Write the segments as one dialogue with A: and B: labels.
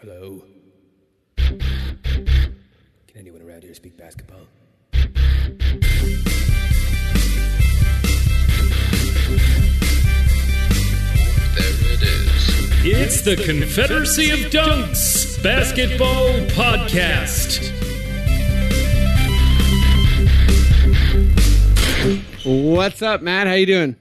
A: Hello. Can anyone around here speak basketball?
B: There it is.
C: It's the Confederacy of Dunks Basketball Podcast.
D: What's up, Matt? How you doing?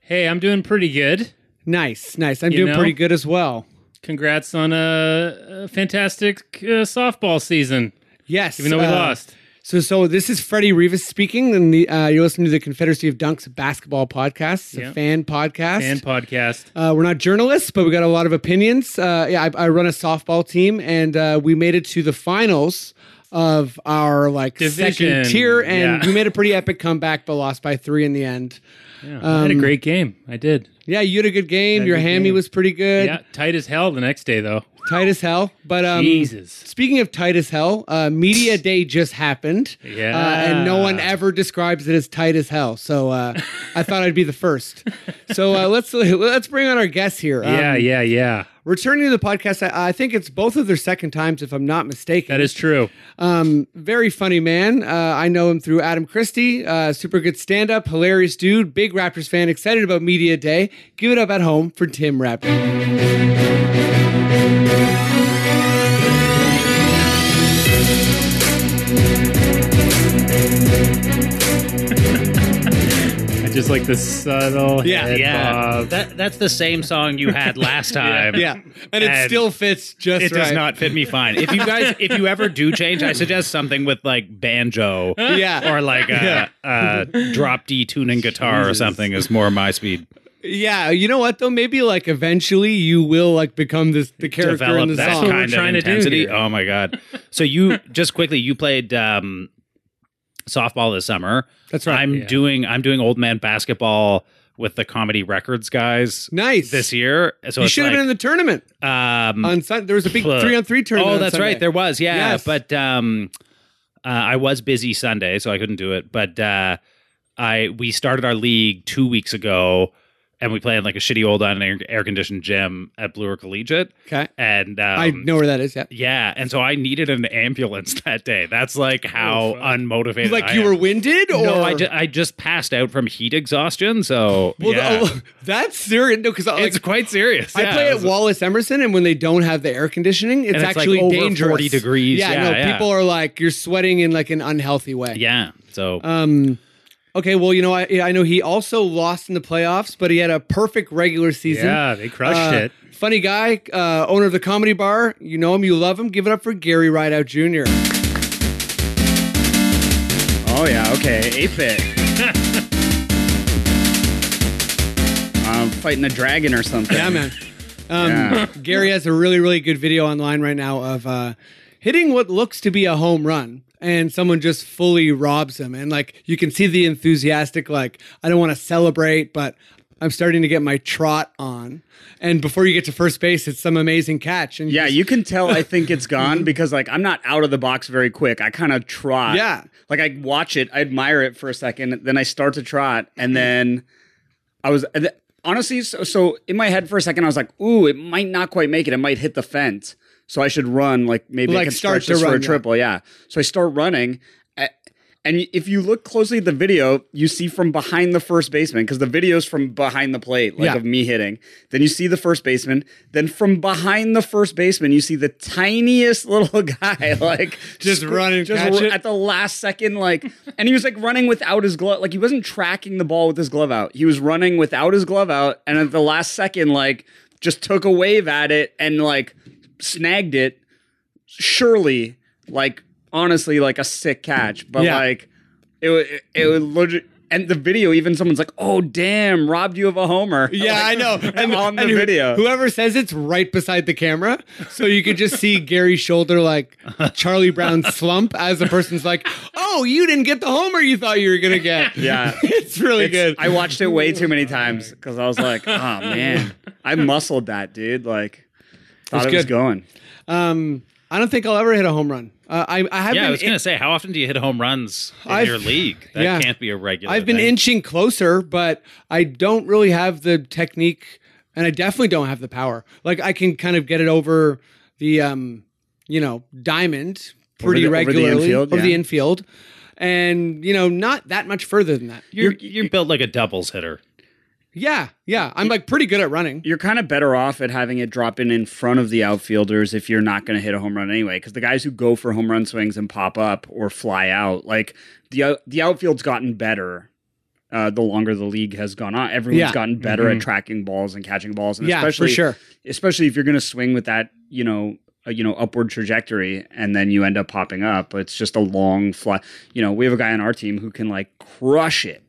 C: Hey, I'm doing pretty good.
D: Nice, nice. I'm
C: You
D: doing
C: know?
D: pretty good as well.
C: Congrats on a, a fantastic uh, softball season,
D: Yes,
C: even though we
D: uh,
C: lost.
D: So, so this is Freddie Rivas speaking, and the, uh, you're listening to the Confederacy of Dunks basketball podcast, It's a
C: Yeah.
D: fan podcast.
C: And podcast.
D: uh, we're not journalists, but we got a lot of opinions. Uh, yeah, I, I run a softball team, and uh, we made it to the finals of our like
C: Division,
D: second tier, and
C: yeah.
D: we made a pretty epic comeback, but lost by three in the end.
C: Yeah, I
E: um,
C: had a great game. I did.
D: Yeah, you had a good game. Your
C: good
D: hammy
C: game.
D: was pretty good,
C: Yeah, tight as hell the next day, though.
D: tight as hell. But um,
C: Jesus.
D: Speaking of tight as hell, uh, media day just happened.
C: Yeah.
D: Uh, and no one ever describes it as tight as hell. So uh, I thought I'd be the first. So uh, let's let's bring on our guests here. Um,
C: yeah, yeah, yeah.
D: Returning to the podcast, I, I think it's both of their second times, if I'm not mistaken.
C: That is true.
D: Um, very funny man. Uh, I know him through Adam Christie. Uh, super good stand up, hilarious dude, big Raptors fan, excited about media day. Give it up at home for Tim Raptor.
C: I just like the subtle.
D: Yeah.
C: head
E: Yeah,
C: bob.
E: that, that's the same song you had last time.
D: Yeah, and it
E: And
D: still fits just
E: It
D: right.
E: does not fit me fine. If you guys, if you ever do change, I suggest something with like banjo
D: Yeah.
E: or like a, a drop D tuning guitar or something is more my speed.
D: Yeah, you know what though? Maybe like eventually you will like become this the character in
E: Develop
D: the
E: that
D: song.
E: kind of
C: trying to do
E: intensity.
C: here.
E: Oh my god! So you just quickly you played um, softball this summer.
D: That's right,
E: I'm
C: yeah.
E: doing I'm doing old man basketball with the comedy records guys
D: nice.
E: this year. So
D: you
E: it's
D: should have
E: like,
D: been in the tournament
E: the um,
D: on Sunday. There was a big
E: Plug.
D: three on three tournament.
E: Oh,
D: on
E: that's right.
D: Sunday.
E: There was, yeah.
D: Yes.
E: But um, uh, I was busy Sunday, so I couldn't do it. But uh, I we started our league two weeks ago, and we played in like a shitty old on air conditioned gym at Bluer Collegiate.
D: Okay.
E: And um,
D: I know where that is. Yeah,
E: Yeah, and so I needed an ambulance that day. That's like how unmotivated.
D: Oh, like
E: I
D: you
E: am.
D: were winded, or
E: No, I, ju- I just passed out from heat exhaustion. So
D: well,
E: yeah.
D: oh, that's serious. No, because like,
E: it's quite serious.
D: I
E: Yeah,
D: play
E: it
D: at
E: was-
D: Wallace Emerson, and when they don't have the air conditioning, it's,
E: it's, like,
D: actually
E: over 40
D: dangerous.
E: degrees.
D: Yeah,
E: Yeah,
D: no,
E: yeah.
D: people are like you're sweating in like an unhealthy way.
E: Yeah. So
D: Um, okay, well, you know, I I know he also lost in the playoffs, but he had a perfect regular season.
C: Yeah, they crushed
D: Uh,
C: it.
D: Funny guy, uh, owner of the comedy bar. You know him, you love him. Give it up for Gary Rideout Jr.
F: Oh yeah, okay, eight bit. I'm fighting a dragon or something.
D: Yeah, man. Um,
F: Yeah.
D: Gary has a really, really good video online right now of uh, hitting what looks to be a home run, and someone just fully robs him. And like you can see the enthusiastic, like I don't want to celebrate, but I'm starting to get my trot on. And before you get to first base, it's some amazing catch. And
F: Yeah,
D: just-
F: you can tell I think it's gone because like I'm not out of the box very quick. I kind of trot.
D: Yeah.
F: Like I watch it, I admire it for a second, then I start to trot, and then I was and th- honestly so, so in my head for a second I was like, "Ooh, it might not quite make it. It might hit the fence." So I should run like maybe I
D: Like,
F: can
D: start
F: stretch
D: to
F: this for
D: run,
F: a
D: yeah.
F: triple, yeah. So I start running a- and if you look closely at the video, you see from behind the first baseman because the video's from behind the plate, like
D: Yeah.
F: of me hitting. Then you see the first baseman. Then from behind the first baseman, you see the tiniest little guy, like
D: Just
F: squ-
D: run and
F: just
D: catch
F: ru-
D: it.
F: at the last second, like, and he was like running without his glove, like he wasn't tracking the ball with his glove out. He was running without his glove out, and at the last second, like, just took a wave at it and like snagged it. Surely, like honestly, like a sick catch, but
D: Yeah.
F: like it wa- it, it was legit. And the video, even someone's like, "Oh damn, robbed you of a homer."
D: Yeah,
F: Like,
D: I know.
F: on the
D: who-
F: video.
D: Whoever says it's right beside the camera. So you could just see Gary's shoulder like Charlie Brown slump as the person's like, oh, you didn't get the homer you thought you were going to get.
F: yeah.
D: It's really
F: It's-
D: good.
F: I watched it way too many times because I was like, oh man, I muscled that dude. Like, thought
D: was
F: it was
D: good.
F: going.
D: um, I don't think I'll ever hit a home run. Uh, I, I have
E: yeah, I
D: been
E: was gonna say, how often do you hit home runs in
D: I've-
E: your league? That
D: yeah.
E: can't be a regular.
D: I've been
E: thing.
D: inching closer, but I don't really have the technique, and I definitely don't have the power. Like I can kind of get it over the um, you know diamond pretty
F: the- over the
D: regularly
F: infield,
D: over the
F: yeah.
D: infield, and you know not that much further than that.
E: You're, you're built like a doubles hitter.
D: Yeah, yeah, I'm like pretty good at running.
F: You're kind of better off at having it drop in in front of the outfielders if you're not going to hit a home run anyway, because the guys who go for home run swings and pop up or fly out, like the out- the outfield's gotten better. Uh, the longer the league has gone on, everyone's
D: Yeah. Mm-hmm.
F: gotten better at tracking balls and catching balls, and
D: Yeah,
F: especially
D: for sure.
F: especially if you're going to swing with that, you know, uh, you know, upward trajectory, and then you end up popping up. It's just a long fly. You know, we have a guy on our team who can like crush it,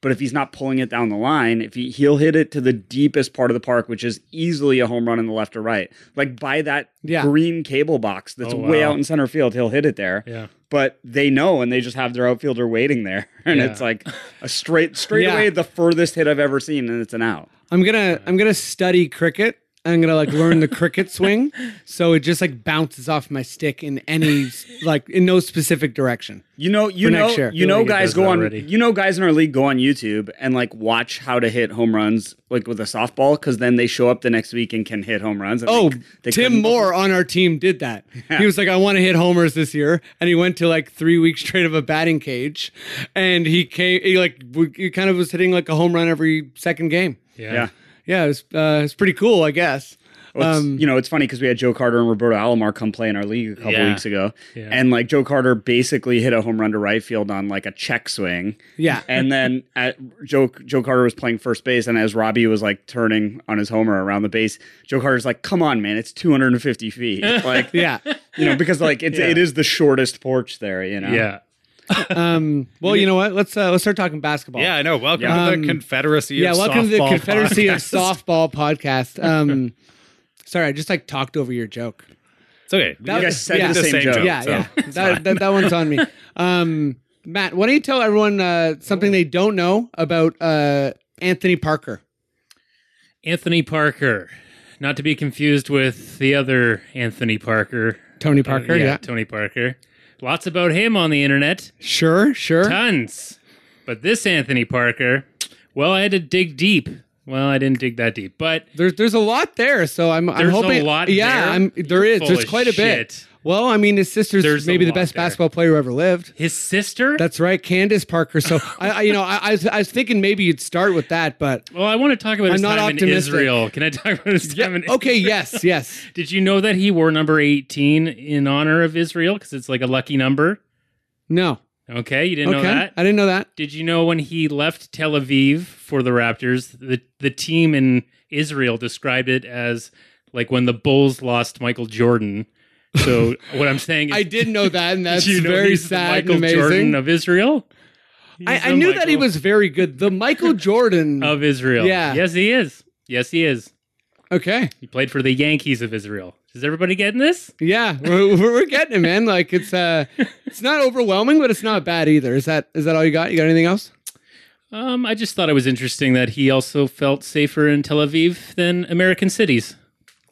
F: but if he's not pulling it down the line, if he he'll hit it to the deepest part of the park, which is easily a home run in the left or right, like by that
D: Yeah.
F: green cable box that's
C: Oh,
F: way
C: wow.
F: out in center field, he'll hit it there.
C: Yeah.
F: But they know, and they just have their outfielder waiting there, and
C: Yeah.
F: it's like a straight straight away the furthest hit I've ever seen, and it's an out.
D: I'm gonna I'm gonna study cricket. I'm gonna like learn the cricket swing, so it just like bounces off my stick in any like in no specific direction.
F: You know, you
D: For
F: know,
D: next year.
F: you
C: Feel
F: know,
C: like it
F: guys
C: does
F: go
C: that
F: on.
C: already.
F: You know, guys in our league go on YouTube and like watch how to hit home runs, like with a softball, because then they show up the next week and can hit home runs. and
D: Oh,
F: they- they
D: Tim
F: couldn't-
D: Moore on our team did that. He was like, I want to hit homers this year. And he went to like three weeks straight of a batting cage. And he came, he like, w- he kind of was hitting like a home run every second game.
C: Yeah.
F: Yeah,
D: Yeah, it was, uh, it's pretty cool, I guess.
F: Well, it's-
D: Um,
F: you know, it's funny because we had Joe Carter and Roberto Alomar come play in our league a couple
E: Yeah.
F: weeks ago,
C: Yeah.
F: and like Joe Carter basically hit a home run to right field on like a check swing.
D: Yeah.
F: and then at Joe Joe Carter was playing first base, and as Robbie was like turning on his homer around the base, Joe Carter's like, "Come on, man, it's 250 feet." Like,
D: Yeah.
F: you know, because like it's,
C: Yeah.
F: it is the shortest porch there. You know,
C: Yeah.
D: Um, well, you know what? Let's uh, let's start talking basketball.
E: Yeah, I know. Welcome to
D: Um,
E: the Confederacy
D: Yeah,
E: of
D: welcome to the
E: Softball
D: Confederacy
E: Podcast.
D: of Softball podcast. Um, sorry, I just like talked over your joke.
E: It's okay.
F: you
D: That-
F: guys said
D: yeah.
F: the same,
E: Same
F: joke.
E: joke.
D: yeah,
E: so
D: yeah. That, that, that one's on me. Um, Matt, why don't you tell everyone uh, something they don't know about uh, Anthony Parker?
C: Anthony Parker, not to be confused with the other Anthony Parker.
D: Tony Parker,
C: Uh,
D: yeah.
C: Tony Parker. Lots about him on the internet.
D: Sure, sure.
C: Tons. But this Anthony Parker, well, I had to dig deep. Well, I didn't dig that deep, but
D: There's there's a lot there, so I'm I'm
C: There's a
D: hoping.
C: lot
D: yeah,
C: there?
D: I'm there is
C: Full
D: there's
C: of
D: quite a bit.
C: shit.
D: Well, I mean, his sister's
C: There's a
D: maybe the
C: lot
D: best
C: there.
D: basketball player who ever lived.
C: his sister.
D: That's right, Candace Parker. So I, I you know I, I was I was thinking maybe you'd start with that, but
C: well, I want to talk about his
D: not
C: time in
D: optimistic.
C: Israel. Can I talk about his time in
D: okay, yes, yes.
C: Did you know that he wore number 18 in honor of Israel? Because it's like a lucky number.
D: No,
C: Okay, you didn't
D: okay,
C: know that?
D: I didn't know that.
C: Did you know when he left Tel Aviv for the Raptors, the, the team in Israel described it as like when the Bulls lost Michael Jordan? So what I'm saying is,
D: I did know that, and that's
C: you know
D: very
C: he's the
D: sad
C: Michael
D: and amazing.
C: Jordan of Israel? He's
D: I, I
C: the
D: knew that he
C: Michael
D: was very good. The Michael Jordan.
C: of Israel.
D: Yeah.
C: Yes, he is. Yes, he is.
D: okay.
C: He played for the Yankees of Israel. Is everybody getting this?
D: Yeah, we're, we're we're getting it, man. Like it's uh, it's not overwhelming, but it's not bad either. Is that is that all you got? You got anything else?
C: Um, I just thought it was interesting that he also felt safer in Tel Aviv than American cities.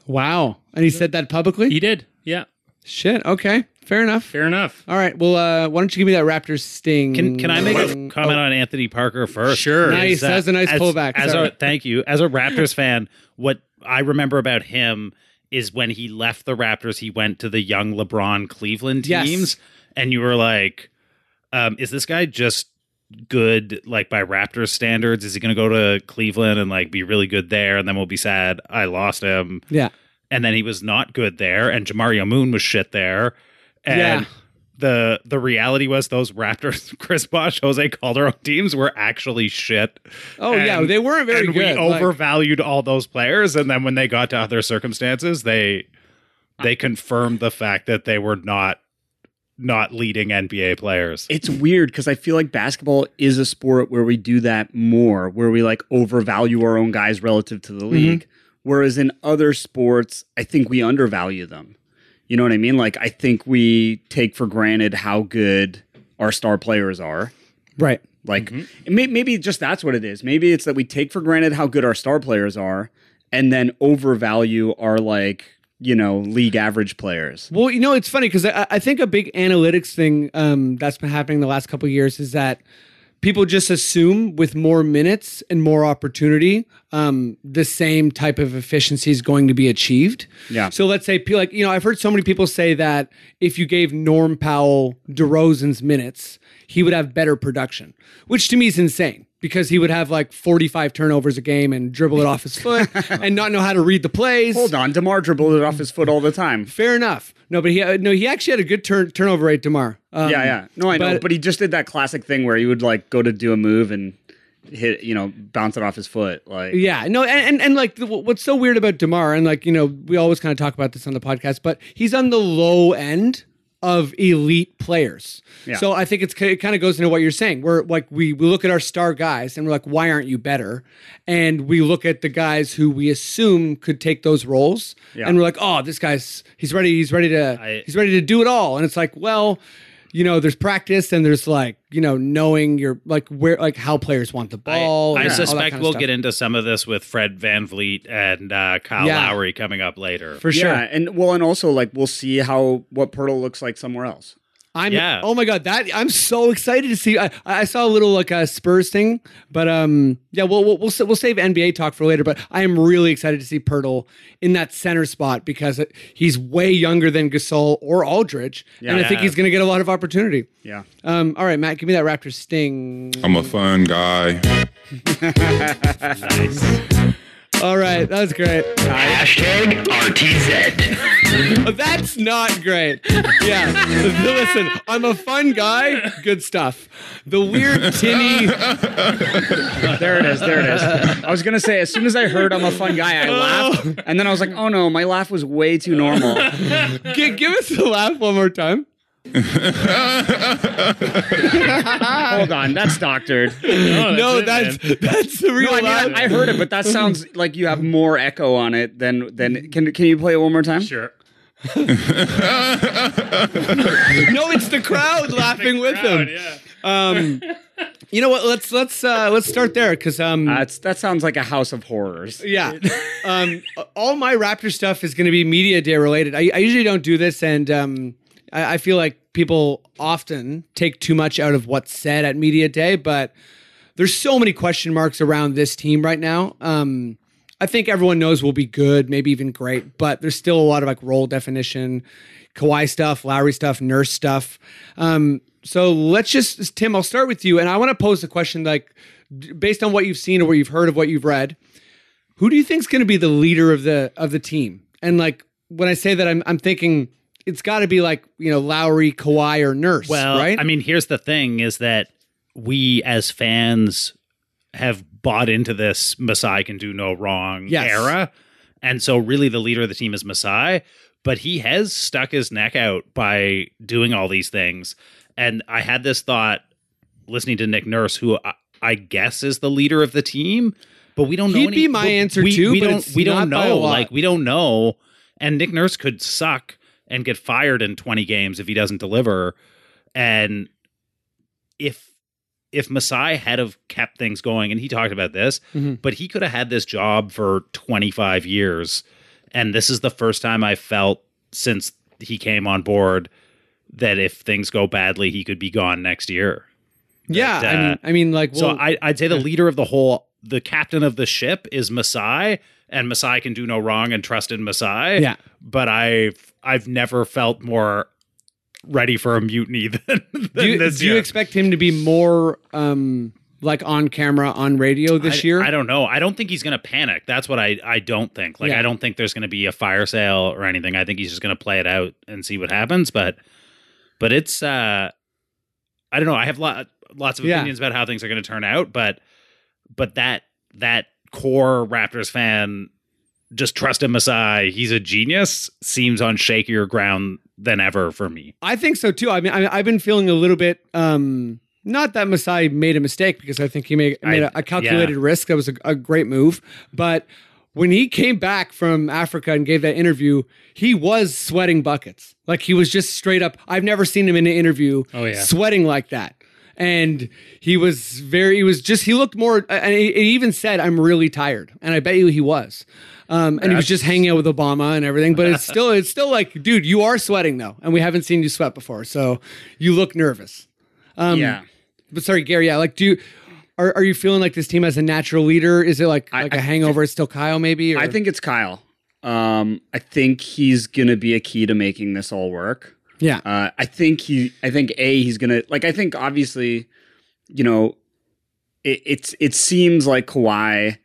D: Wow. And he said that publicly.
C: He did. Yeah.
D: Shit. Okay. Fair enough.
C: Fair enough.
D: All right. Well, uh, why don't you give me that Raptors sting?
E: Can, can I make a comment on Anthony Parker first?
C: Sure.
D: Nice,
E: Is
D: that was a nice
E: as-
D: pullback,
E: As
D: sorry.
E: a, thank you. As a Raptors fan, what I remember about him is when he left the Raptors, he went to the young LeBron Cleveland
D: Yes.
E: teams, and you were like, um, "Is this guy just good? Like by Raptors standards, is he going to go to Cleveland and like be really good there, and then we'll be sad I lost him?"
D: Yeah.
E: and then he was not good there, and Jamario Moon was shit there, and
D: Yeah.
E: the the reality was those Raptors, Chris Bosh, Jose Calderon teams were actually shit.
D: Oh yeah,
E: And-
D: they weren't very
E: and
D: good.
E: We
D: Like,
E: overvalued all those players, and then when they got to other circumstances, they they confirmed the fact that they were not not leading NBA players.
F: It's weird because I feel like basketball is a sport where we do that more, where we like overvalue our own guys relative to
C: Mm-hmm.
F: the league. Whereas in other sports, I think we undervalue them. You know what I mean? Like, I think we take for granted how good our star players are.
D: right.
F: Like
C: Mm-hmm.
F: it may, maybe just that's what it is. Maybe it's that we take for granted how good our star players are, and then overvalue our like you know league average players.
D: Well, you know, it's funny because I, I think a big analytics thing um, that's been happening the last couple of years is that people just assume with more minutes and more opportunity, um, the same type of efficiency is going to be achieved.
F: Yeah.
D: So let's say, pe- like, you know, I've heard so many people say that if you gave Norm Powell DeRozan's minutes, he would have better production, which to me is insane because he would have like 45 turnovers a game and dribble it off his foot and not know how to read the plays.
F: Hold on, Demar dribbled it off his foot all the time.
D: Fair enough. No, but he uh, no, he actually had a good turn turnover rate, Demar. Um,
F: yeah, yeah. No, I know,
D: but-
F: but he just did that classic thing where he would like go to do a move and hit, you know, bounce it off his foot. Like,
D: Yeah, no, and and, and like the, what's so weird about Demar, and like you know, we always kind of talk about this on the podcast, but he's on the low end of elite players.
F: Yeah.
D: So I think it's it kind of goes into what you're saying. We're like we we look at our star guys and we're like, why aren't you better? And we look at the guys who we assume could take those roles,
F: Yeah.
D: and we're like, oh, this guy's he's ready, he's ready to
E: I-
D: he's ready to do it all, and it's like, well. You know, there's practice and there's like, you know, knowing your like where like how players want the ball.
E: I
D: and all that
E: suspect
D: kind of
E: we'll
D: stuff.
E: get into some of this with Fred Van Vliet and uh, Kyle
D: Yeah.
E: Lowry coming up later.
D: for sure.
F: Yeah, and well, and also like we'll see how what Pirtle looks like somewhere else.
D: I'm
E: Yeah.
D: oh my god, that I'm so excited to see. I, I saw a little like a Spurs thing, but um, yeah, we'll we'll we'll, sa- we'll save NBA talk for later. But I am really excited to see Pirtle in that center spot because it- he's way younger than Gasol or Aldridge, and I think
E: Yeah.
D: he's going to get a lot of opportunity.
F: Yeah.
D: Um, all right, Matt, give me that Raptor sting.
G: I'm a fun guy.
D: All right, that was great.
B: Hashtag RTZ.
D: That's not great. Yeah. Listen, I'm a fun guy. Good stuff. The weird tinny.
F: Oh, There it is. There it is. I was gonna say as soon as I heard I'm a fun guy, I laughed, and then I was like, oh no, my laugh was way too normal.
D: Gi- give us the laugh one more time.
F: Hold on, that's doctored. No,
D: no, Oh, that's that's the real
F: I mean
D: loud.
F: I, I heard it, but that sounds like you have more echo on it than than. Can can you play it one more time?
C: sure.
D: no, it's the crowd laughing with
C: Proud,
D: him.
C: yeah.
D: Um, you know what? Let's let's uh, let's start there because um,
F: That's that sounds like a house of horrors.
D: yeah, um, all my Raptor stuff is going to be media day related. I, I usually don't do this, and um, I, I feel like people often take too much out of what's said at media day, but there's so many question marks around this team right now. Um, I think everyone knows will be good, maybe even great, but there's still a lot of like role definition, Kawhi stuff, Lowry stuff, Nurse stuff. Um, so let's just, Tim, I'll start with you, and I want to pose a question like, d- based on what you've seen or what you've heard of what you've read, who do you think's going to be the leader of the of the team? And like when I say that, I'm I'm thinking it's got to be like you know Lowry, Kawhi, or Nurse,
E: Well,
D: right?
E: I mean, here's the thing: is that we as fans have bought into this Masai can do no wrong
D: Yes.
E: era, and so really the leader of the team is Masai, but he has stuck his neck out by doing all these things. And I had this thought listening to Nick Nurse, who I, I guess is the leader of the team, but we don't know.
D: He'd
E: any-
D: be my
E: we-
D: answer
E: we,
D: too,
E: We
D: but
E: don't.
D: it's
E: we don't
D: not by a
E: know.
D: lot.
E: Like we don't know. And Nick Nurse could suck and get fired in 20 games if he doesn't deliver. And if if Masai had have kept things going, and he talked about this,
D: Mhm.
E: but he could have had this job for 25 years. And this is the first time I felt since he came on board that if things go badly, he could be gone next year.
D: yeah,
E: that,
D: I mean,
E: uh,
D: I mean, like, well,
E: so I, I'd say the leader of the whole, the captain of the ship is Masai, and Masai can do no wrong and trust in Masai.
D: Yeah.
E: But I've I've never felt more ready for a mutiny than, than
D: do you,
E: this
D: do you
E: year.
D: expect him to be more um like on camera on radio this
E: I,
D: year?
E: I don't know. I don't think he's going to panic. That's what I I don't think. Like
D: Yeah.
E: I don't think there's going to be a fire sale or anything. I think he's just going to play it out and see what happens. But but it's uh I don't know. I have lot lots of
D: Yeah.
E: opinions about how things are going to turn out. But but that that core Raptors fan just trust him Masai. He's a genius. Seems on shakier ground than ever for me.
D: I think so too. I mean, I, I've been feeling a little bit um not that Masai made a mistake because I think he made,
E: I-
D: made a a calculated risk. That was a, a great move, but when he came back from Africa and gave that interview, he was sweating buckets. Like he was just straight up. I've never seen him in an interview
C: Oh, yeah.
D: sweating like that. And he was very, he was just, he looked more, and he, he even said, I'm really tired. And I bet you he was. Um, and he was just hanging out with Obama and everything, but it's still, it's still like, dude, you are sweating though. And we haven't seen you sweat before. So you look nervous.
F: yeah.
D: But sorry, Gary, yeah, like, do you, Are, are you feeling like this team has a natural leader? Is it like
F: I-
D: like
F: I
D: a hangover? It's still Kyle, maybe. Or?
F: I think it's Kyle. Um, I think he's gonna be a key to making this all work.
D: Yeah.
F: Uh, I think he. I think a he's gonna like. I think obviously, you know, it, it's it seems like Kawhi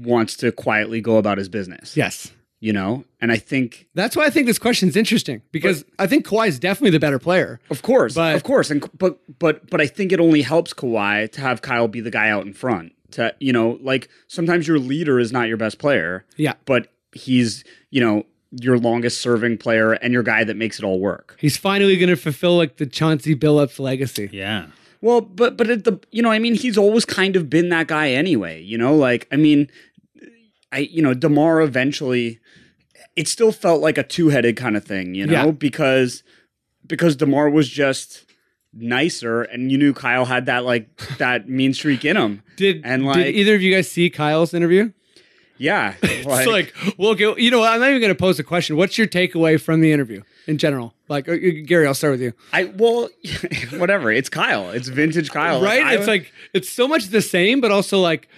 F: wants to quietly go about his business.
D: Yes.
F: You know, and I think
D: That's why I think this question's interesting because I think Kawhi is definitely the better player.
F: Of course,
D: But-
F: of course, and but but but I think it only helps Kawhi to have Kyle be the guy out in front. To you know, like sometimes your leader is not your best player.
D: Yeah.
F: but he's you know your longest serving player and your guy that makes it all work.
D: He's finally going to fulfill like the Chauncey Billups legacy.
E: Yeah.
F: Well, but but at the you know I mean he's always kind of been that guy anyway. You know, like I mean, I you know Demar eventually, it still felt like a two headed kind of thing. You know
D: Yeah.
F: because because Demar was just nicer and you knew Kyle had that like that mean streak in him.
D: Did
F: And,
D: and like,
F: like-
D: did either of you guys see Kyle's interview?
F: Yeah, like,
D: It's like, well, go, you know, what, I'm not even going to pose a question. What's your takeaway from the interview in general? Like, uh, Gary, I'll start with you.
F: I well whatever. It's Kyle. It's vintage Kyle.
D: right?
F: I
D: it's
F: would-
D: like it's so much the same, but also like,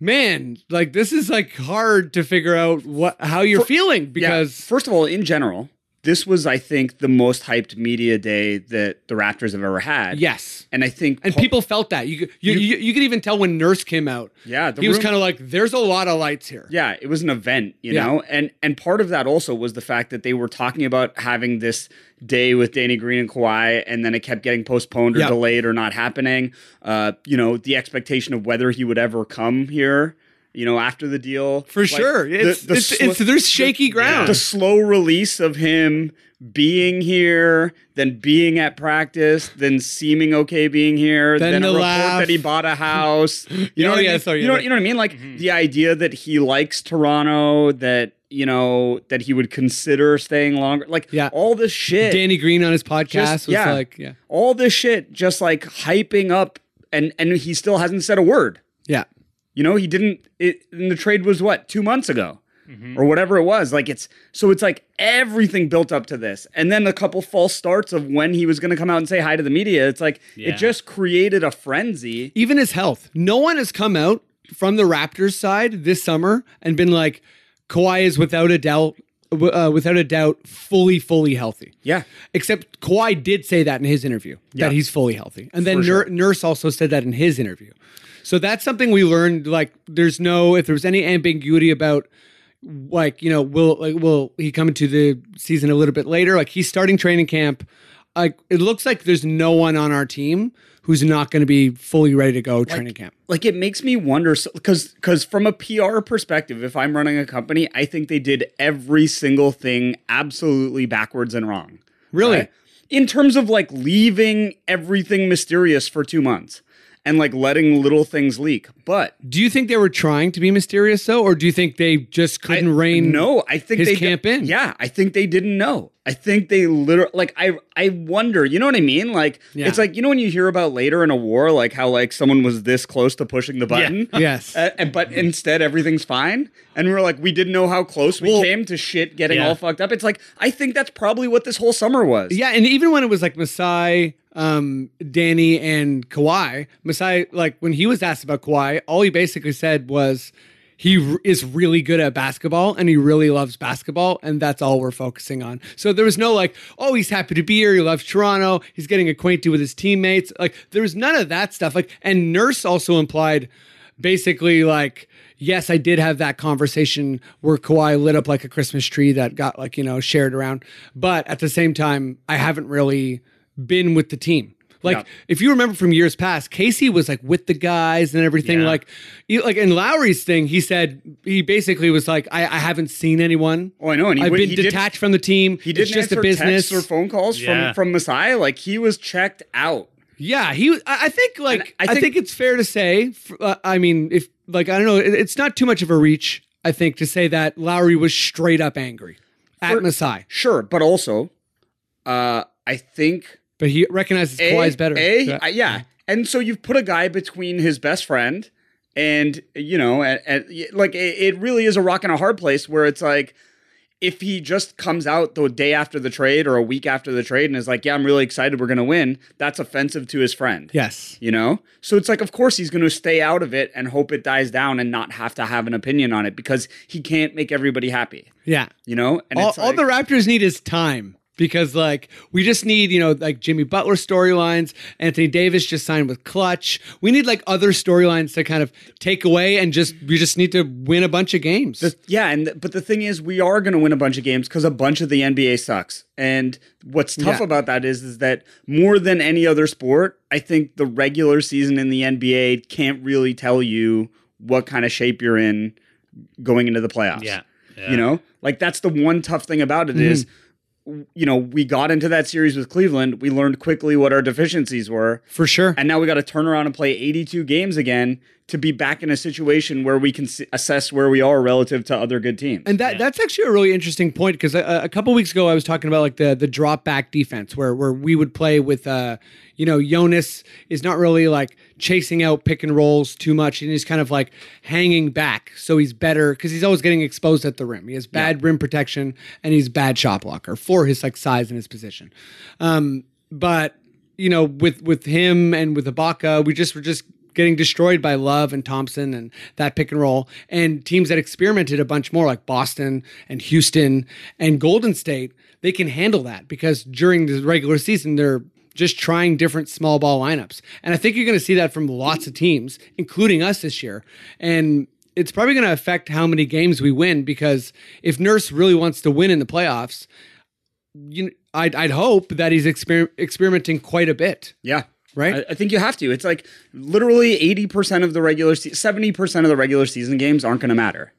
D: man, like this is like hard to figure out what how you're feeling
F: yeah,
D: because
F: first of all, in general. This was, I think, the most hyped media day that the Raptors have ever had.
D: yes,
F: And I think
D: and
F: pa-
D: people felt that you could- you, you you could even tell when Nurse came out.
F: Yeah, the
D: he was
F: room-
D: kind of like, there's a lot of lights here.
F: Yeah, it was an event, you
D: Yeah.
F: know, and and part of that also was the fact that they were talking about having this day with Danny Green and Kawhi, and then it kept getting postponed or
D: Yeah.
F: delayed or not happening. Uh, you know, the expectation of whether he would ever come here, you know, after the deal
D: For
F: Like,
D: sure,
F: the-
D: it's,
F: the
D: it's,
F: sl-
D: it's there's shaky ground.
F: the slow release of him being here, then being at practice, then seeming okay being here,
D: Then
F: then,
D: the
F: a report
D: laugh.
F: that he bought a house. You know, what I
D: yeah,
F: mean?
D: sorry, Mm-hmm.
F: you,
D: yeah.
F: know, you know what I mean? Like the idea that he likes Toronto, that you know that he would consider staying longer, like
D: Yeah.
F: all this shit,
D: Danny Green on his podcast
F: Just-
D: was
F: yeah.
D: like, yeah,
F: all this shit, just like hyping up, and and he still hasn't said a word.
D: yeah,
F: You know, he didn't. It, and the trade was what two months ago, or whatever it was. Like it's so it's like everything built up to this, and then a couple false starts of when he was going to come out and say hi to the media. It's like
E: Yeah.
F: it just created a frenzy.
D: even his health. No one has come out from the Raptors side this summer and been like, Kawhi is without a doubt, uh, without a doubt, fully, fully healthy.
F: Yeah,
D: Except Kawhi did say that in his interview
F: Yeah.
D: that he's fully healthy, and then
F: For
D: Nur-
F: sure.
D: Nurse also said that in his interview. So that's something we learned. Like, there's no if there was any ambiguity about like you know will like will he come into the season a little bit later? Like he's starting training camp. Like it looks like there's no one on our team who's not going to be fully ready to go training camp.
F: like it makes me wonder because because from a PR perspective, if I'm running a company, I think they did every single thing absolutely backwards and wrong.
D: Really?
F: Right. In terms of like leaving everything mysterious for two months and like letting little things leak, but
D: Do you think they were trying to be mysterious though, or do you think they just couldn't rein?
F: No, I think
D: his
F: they
D: camp in.
F: Yeah, I think they didn't know. I think they literally like I I wonder, you know what I mean? Like
D: Yeah.
F: it's like you know when you hear about later in a war like how like someone was this close to pushing the button.
D: Yes.
F: Uh, and- but instead everything's fine and we're like we didn't know how close we came to shit getting
E: yeah.
F: all fucked up. It's like I think that's probably what this whole summer was.
D: Yeah, and even when it was like Masai, um, Danny, and Kawhi, Masai, like when he was asked about Kawhi, all he basically said was he r- is really good at basketball and he really loves basketball, and that's all we're focusing on. So there was no like, oh, he's happy to be here, he loves Toronto, he's getting acquainted with his teammates. Like there was none of that stuff. Like, and Nurse also implied basically like yes i did have that conversation where Kawhi lit up like a christmas tree that got like you know shared around but at the same time i haven't really been with the team like if you remember from years past casey was like with the guys and everything
E: Yeah.
D: like you- like in lowry's thing he said he basically was like i, I haven't seen anyone
F: Oh, I know, and he
D: i've
F: w-
D: been
F: he did-
D: detached from the team
F: He didn't
D: it's just
F: answer
D: a business
F: texts or phone calls
E: Yeah.
F: from from Messiah. Like he was checked out.
D: Yeah, he. was- I I think like I
F: And I
D: think,
F: think-
D: it's fair to say. f- Uh, I mean, if like I don't know, it, it's not too much of a reach. I think to say that Lowry was straight up angry at
F: For-
D: Masai,
F: Sure, but also, uh, I think
D: but he recognizes
F: A-
D: Kawhi's better.
F: A,
D: yeah.
F: yeah. yeah, and so you've put a guy between his best friend and you know, and, and y- like it, it really is a rock and a hard place where it's like if he just comes out the day after the trade or a week after the trade and is like, "Yeah, I'm really excited. We're going to win." That's offensive to his friend.
D: Yes.
F: You know? So it's like, of course, he's going to stay out of it and hope it dies down and not have to have an opinion on it because he can't make everybody happy,
D: Yeah.
F: you know? And
D: all,
F: it's
D: all
F: like,
D: the Raptors need is time because like we just need you know like Jimmy Butler storylines. Anthony Davis just signed with Clutch. We need like other storylines to kind of take away and just we just need to win a bunch of games.
F: yeah, and th- but the thing is, we are going to win a bunch of games because a bunch of the NBA sucks. And what's tough
D: Yeah.
F: about that is, is that more than any other sport, I think the regular season in the NBA can't really tell you what kind of shape you're in going into the playoffs.
E: Yeah. Mm-hmm.
F: You know, like that's the one tough thing about it is, w you know, we got into that series with Cleveland. We learned quickly what our deficiencies were.
D: for sure.
F: And now we got to turn around and play 82 games again to be back in a situation where we can s- assess where we are relative to other good teams.
D: And that that's actually a really interesting point because a, a couple weeks ago I was talking about like the the drop back defense where where we would play with uh you know Jonas is not really like chasing out pick and rolls too much and he's kind of like hanging back so he's better because he's always getting exposed at the rim he has bad rim protection and he's bad shot blocker for his like size and his position, um but you know with with him and with Ibaka we just were just getting destroyed by Love and Thompson and that pick and roll and teams that experimented a bunch more like Boston and Houston and Golden State they can handle that because during the regular season they're just trying different small ball lineups and I think you're going to see that from lots of teams including us this year and it's probably going to affect how many games we win because if Nurse really wants to win in the playoffs you kn- I'd, I'd hope that he's exper- experimenting quite a bit,
F: yeah.
D: right?
F: I, I think you have to. It's like literally 80% of the regular se- 70% of the regular season games aren't going to matter.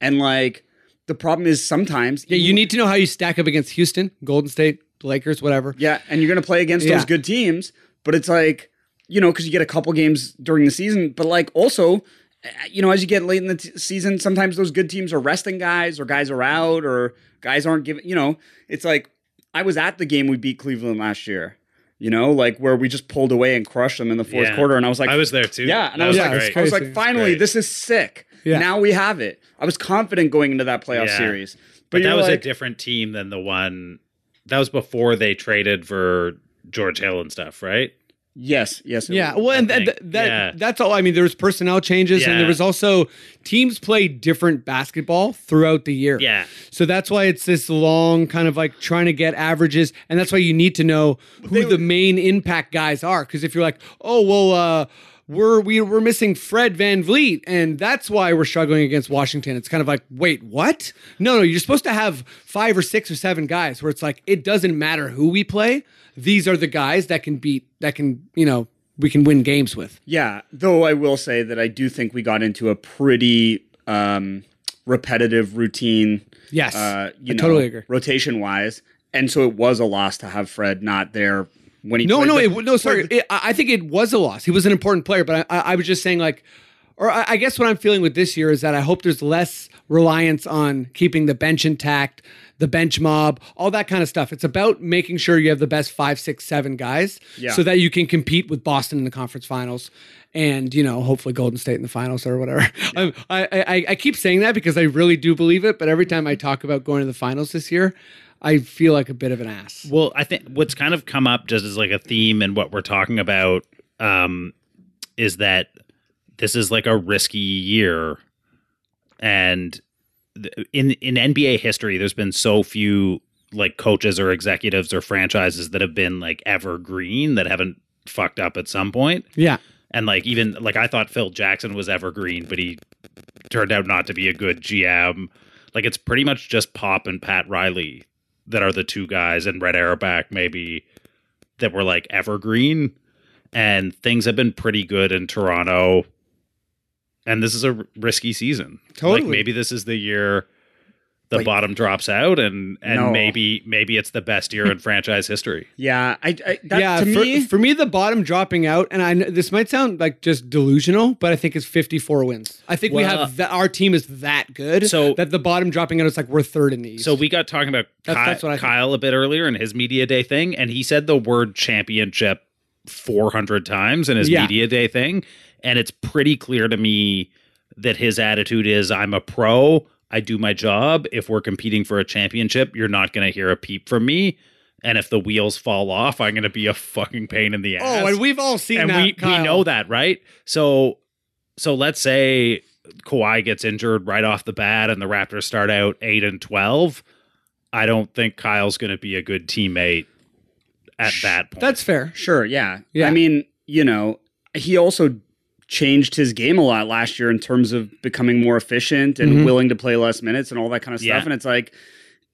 F: And like the problem is sometimes
D: yeah, you need to know how you stack up against Houston, Golden State, Lakers, whatever.
F: Yeah, and you're going to play against
D: Yeah.
F: those good teams, but it's like, you know, because you get a couple games during the season, but like also, uh, you know, as you get late in the t- season, sometimes those good teams are resting guys or guys are out or guys aren't giving, you know, it's like I was at the game we beat Cleveland last year, you know, like where we just pulled away and crushed them in the fourth
E: Yeah.
F: quarter. And I was like,
E: I was there too.
F: yeah, and I
E: That
F: was
D: Yeah,
F: like,
D: it's
E: great.
F: I was
D: crazy.
F: like, finally,
E: Great.
F: this is sick.
D: Yeah.
F: Now we have it. I was confident going into that playoff
E: Yeah.
F: series,
E: but that
F: you're
E: was a
F: like-
E: different team than the one that was before they traded for George Hill and stuff, right?
F: yes, yes, it
D: Yeah,
F: was.
D: well, and
E: I
D: that,
E: think,
D: that, that-
E: yeah.
D: that's all. I mean, there was personnel changes, and there
E: Yeah.
D: was also teams play different basketball throughout the year.
E: Yeah.
D: So that's why it's this long kind of like trying to get averages, and that's why you need to know who the main impact guys are. Because if you're like, oh well, uh, we're we, we're missing Fred Van Vliet, and that's why we're struggling against Washington. It's kind of like, wait, what? No, no, you're supposed to have five or six or seven guys where it's like it doesn't matter who we play; these are the guys that can beat that can you know we can win games with.
F: Yeah, though I will say that I do think we got into a pretty um, repetitive routine.
D: Yes,
F: uh, you
D: I
F: know,
D: totally agree.
F: Rotation wise, and so it was a loss to have Fred not there when he.
D: No,
F: played,
D: no,
F: but-
D: it, no. Sorry, it, I I think it was a loss. He was an important player, but I, I, I was just saying, like, or I, I guess what I'm feeling with this year is that I hope there's less reliance on keeping the bench intact, the bench mob, all that kind of stuff. It's about making sure you have the best five, six, seven guys,
F: Yeah.
D: so that you can compete with Boston in the conference finals, and you know, hopefully Golden State in the finals or whatever. Um, I, I, I keep saying that because I really do believe it, but every time I talk about going to the finals this year, I feel like a bit of an ass.
E: Well, I think what's kind of come up just as like a theme in what we're talking about um, is that this is like a risky year, and th- in in NBA history, there's been so few like coaches or executives or franchises that have been like evergreen that haven't fucked up at some point.
D: Yeah.
E: And like even like I thought Phil Jackson was evergreen, but he turned out not to be a good GM. Like it's pretty much just Pop and Pat Riley that are the two guys and Red Araback maybe that were like evergreen. And things have been pretty good in Toronto. And this is a r- risky season.
D: Totally.
E: Like maybe this is the year the
F: Like-
E: bottom drops out and and
F: No.
E: maybe maybe it's the best year in franchise history.
F: yeah, I, I that,
D: yeah,
F: to
D: for,
F: me,
D: for me, the bottom dropping out, and I kn- this might sound like just delusional, but I think it's 54 wins. I think we
E: Well- uh,
D: have that our team is that good
E: So-
D: that the bottom dropping out is like we're third in the East.
E: So we got talking about
D: That's-
E: Ky-
D: that's what I think.
E: Kyle a bit earlier in his media day thing, and he said the word championship 400 times in his
D: Yeah.
E: media day thing, and it's pretty clear to me that his attitude is I'm a pro. I do my job. If we're competing for a championship, you're not going to hear a peep from me. And if the wheels fall off, I'm going to be a fucking pain in the ass.
D: Oh, and we've all seen
E: and
D: that.
E: we, we
D: Kyle.
E: know that, right? So so let's say Kawhi gets injured right off the bat and the Raptors start out 8 and 12. I don't think Kyle's going to be a good teammate at that point.
D: That's fair.
F: Sure, yeah.
D: Yeah.
F: I mean, you know, he also changed his game a lot last year in terms of becoming more efficient and
D: Mhm.
F: willing to play less minutes and all that kind of stuff.
E: Yeah.
F: And it's like,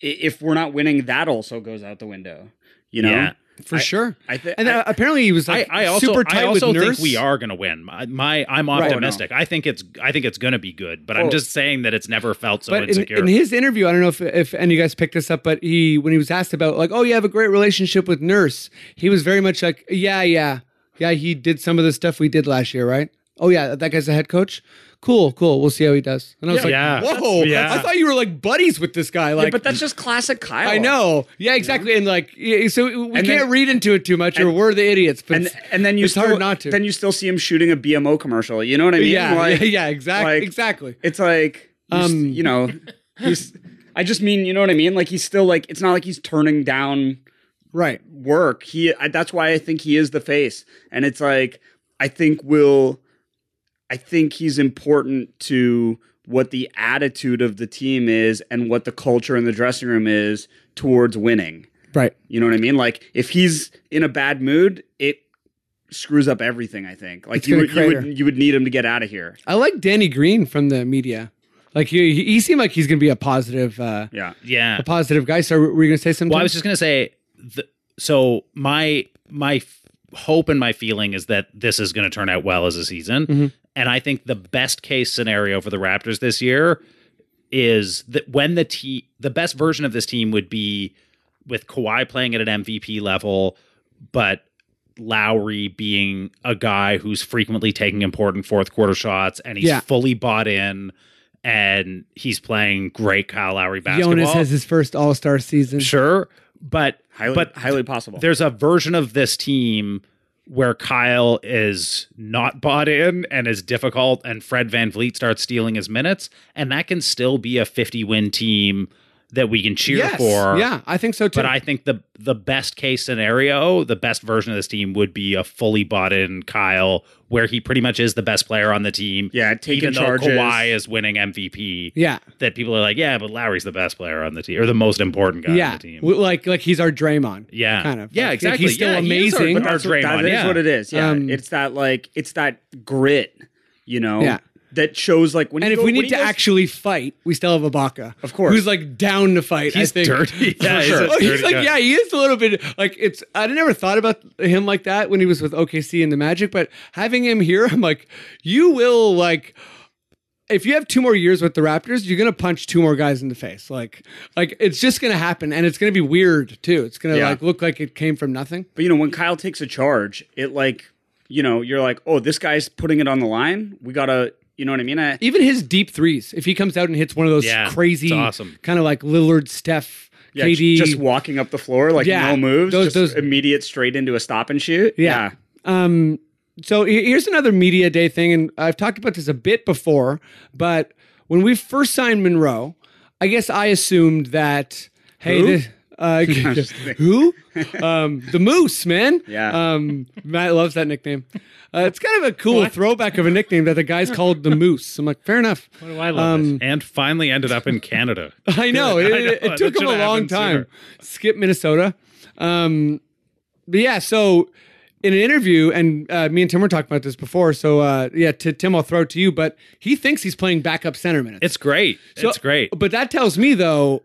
F: i- if we're not winning, that also goes out the window. You know,
E: Yeah.
D: For sure.
F: I think.
D: And uh, apparently he was
E: I,
D: like
E: I also
D: super tight
E: I also
D: with
E: think
D: Nurse.
E: we are going to win. My, my I'm
D: Right.
E: optimistic. I think it's I think it's going to be good, but I'm
F: Oh.
E: just saying that it's never felt so
D: but in,
E: insecure.
D: in his interview, I don't know if, if any of you guys picked this up, but he when he was asked about like, oh, you have a great relationship with Nurse, he was very much like, yeah, yeah, yeah. He did some of the stuff we did last year, right? Oh yeah, that guy's the head coach. Cool, cool. We'll see how he does. And I was
E: Yeah.
D: like, whoa,
E: Yeah.
D: I thought you were like buddies with this guy. Like,
F: but that's just classic Kyle.
D: I know. Yeah, exactly. And like, yeah, so we
F: And
D: can't
F: then-
D: read into it too much, or we're the idiots. But
F: And
D: it's-
F: and then you
D: it's
F: still,
D: hard not to.
F: Then you still see him shooting a BMO commercial. You know what I mean?
D: yeah,
F: Like,
D: yeah, yeah, exactly,
F: like-
D: exactly.
F: It's like, you s-
D: Um,
F: you know, he's. I just mean, you know what I mean? Like he's still like, it's not like he's turning down
D: Right.
F: work. He I, that's why I think he is the face, and it's like I think will, I think he's important to what the attitude of the team is and what the culture in the dressing room is towards winning.
D: Right.
F: You know what I mean? Like if he's in a bad mood, it screws up everything. I think like
D: It's
F: you
D: gonna
F: would, you
D: crater.
F: would you would need him to get out of here.
D: I like Danny Green from the media. Like he, he- he seemed like he's gonna be a positive, uh,
F: Yeah.
E: yeah.
D: a positive guy. So were you gonna say something?
E: Well, I was just gonna say, the, so my my f- hope and my feeling is that this is gonna turn out well as a season,
D: Mm-hmm.
E: and I think the best case scenario for the Raptors this year is that when the team, the best version of this team would be with Kawhi playing at an MVP level, but Lowry being a guy who's frequently taking important fourth quarter shots, and he's
D: Yeah.
E: fully bought in. And he's playing great Kyle Lowry basketball.
D: Jonas has his first All Star season.
E: Sure, but
F: Highly
E: but
F: highly possible.
E: there's a version of this team where Kyle is not bought in and is difficult, and Fred Van Vliet starts stealing his minutes, and that can still be a 50 win team that we can cheer
D: Yes.
E: for.
D: Yeah, I think so too.
E: But I think the the best case scenario, the best version of this team would be a fully bought in Kyle, where he pretty much is the best player on the team.
F: Yeah, taking
E: even though
F: charges.
E: Kawhi is winning MVP.
D: yeah,
E: That people are like, yeah, but Lowry's the best player on the team or the most important guy on
D: yeah,
E: the team.
D: W- like like he's our Draymond.
E: Yeah.
D: kind of.
E: Yeah,
D: Like,
E: exactly.
D: He's still
E: Yeah, he is our-
D: amazing.
E: but our
F: That's what-
E: Draymond,
F: that is
E: yeah.
F: what it is. Yeah,
D: Um,
F: it's that like it's that grit, you know.
D: Yeah.
F: That shows like when.
D: and
F: he
D: if
F: go-
D: we
F: when
D: need
F: he
D: to
F: goes-
D: actually fight, we still have Ibaka,
F: Of course.
D: who's like down to fight.
E: He's
D: I think.
E: dirty. Yeah,
D: For
E: he's a
D: sure. Oh, he's
E: dirty
D: like,
E: guy.
D: yeah, he is a little bit like it's. I never thought about him like that when he was with OKC and the Magic, but having him here, I'm like, you will like. If you have two more years with the Raptors, you're gonna punch two more guys in the face. Like, like it's just gonna happen, and it's gonna be weird too. It's gonna
F: Yeah.
D: like look like it came from nothing.
F: But you know, when Kyle takes a charge, it like you know you're like, oh, this guy's putting it on the line. We gotta, you know what I mean? I,
D: Even his deep threes, if he comes out and hits one of those
E: Yeah,
D: crazy,
E: it's awesome.
D: kind of like Lillard, Steph,
F: yeah,
D: KD,
F: just walking up the floor like
D: Yeah.
F: no moves,
D: Those-
F: just
D: those-
F: immediate straight into a stop and shoot.
D: Yeah. Um, so he- here's another media day thing, and I've talked about this a bit before, but when we first signed Monroe, I guess I assumed that hey,
F: Who?
D: this, uh, who? Um, the Moose, man.
F: Yeah.
D: Um, Matt loves that nickname. Uh, it's kind of a cool throwback of a nickname that the guy's called the Moose. I'm like, fair enough.
C: What do I love? it?
E: and finally ended up in Canada.
D: I know. It, it-
E: know,
D: it took
E: that
D: him a long
E: should've happened
D: time.
E: sooner.
D: Skip Minnesota. Um, but yeah, so in an interview, and uh, me and Tim were talking about this before. So uh, yeah, to Tim, I'll throw it to you. But he thinks he's playing backup center minutes.
E: It's great.
D: So- uh,
E: it's great.
D: But that tells me though.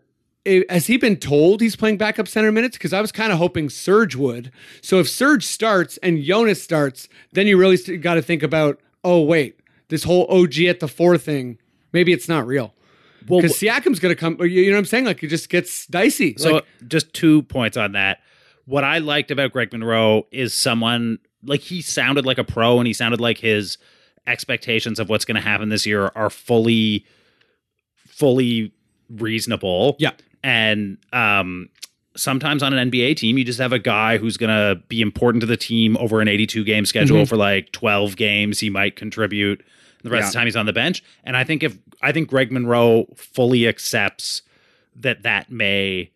D: i has he been told he's playing backup center minutes? Because I was kind of hoping Serge would. So if Serge starts and Jonas starts, then you really got to think about, oh wait, this whole OG at the four thing, maybe it's not real
E: Well,
D: because Siakam's going to come. or You you know what I'm saying? Like it just gets dicey.
E: so
D: like,
E: just two points on that. What I liked about Greg Monroe is someone like he sounded like a pro, and he sounded like his expectations of what's going to happen this year are fully, fully reasonable.
D: Yeah.
E: and um, sometimes on an NBA team, you just have a guy who's going to be important to the team over an 82
D: Mm-hmm.
E: game schedule for like 12 games. He might contribute. The rest of the time he's on the bench. And I think if I think Greg Monroe fully accepts that that may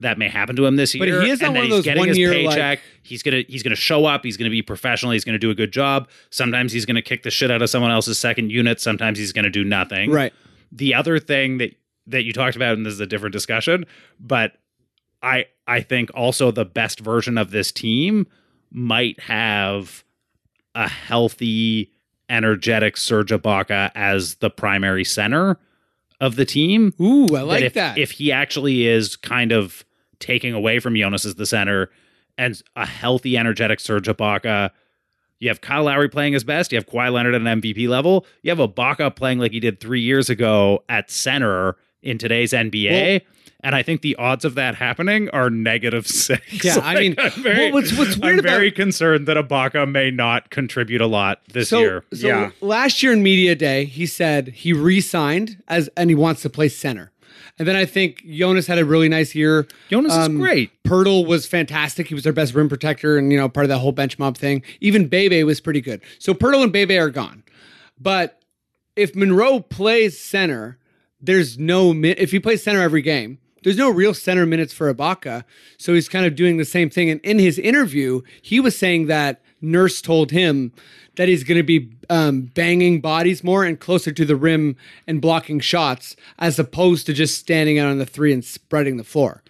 E: that may happen to him this
D: But
E: year.
D: he is on
E: and that
D: one of
E: he's
D: those
E: getting
D: one
E: his
D: year, like-
E: paycheck. he's gonna he's gonna show up. He's gonna be professional. He's gonna do a good job. Sometimes he's gonna kick the shit out of someone else's second unit. Sometimes he's gonna do nothing.
D: Right.
E: The other thing that that you talked about, and this is a different discussion, but I I think also the best version of this team might have a healthy, energetic Serge Ibaka as the primary center of the team.
D: Ooh, I like
E: if,
D: that.
E: If he actually is kind of taking away from Jonas as the center and a healthy, energetic Serge Ibaka. You have Kyle Lowry playing his best. You have Kawhi Leonard at an MVP level. You have Ibaka playing like he did three years ago at center in today's NBA. and I think the odds of that happening are negative six.
D: Yeah, I mean,
E: I'm very,
D: well, what's- what's
E: I'm
D: weird about-
E: very concerned that Ibaka may not contribute a lot this
D: so,
E: year.
D: So
F: Yeah.
D: last year in media day, he said he re-signed as and he wants to play center. And then I think Jonas had a really nice year.
E: Jonas is
D: um,
E: great.
D: Pirtle was fantastic. He was their best rim protector and you know part of that whole bench mob thing. Even Bebe was pretty good. So Pirtle and Bebe are gone. But if Monroe plays center, there's no mi- if he plays center every game, there's no real center minutes for Ibaka. So he's kind of doing the same thing. And in his interview, he was saying that Nurse told him that he's going to be um, banging bodies more and closer to the rim and blocking shots as opposed to just standing out on the three and spreading the floor.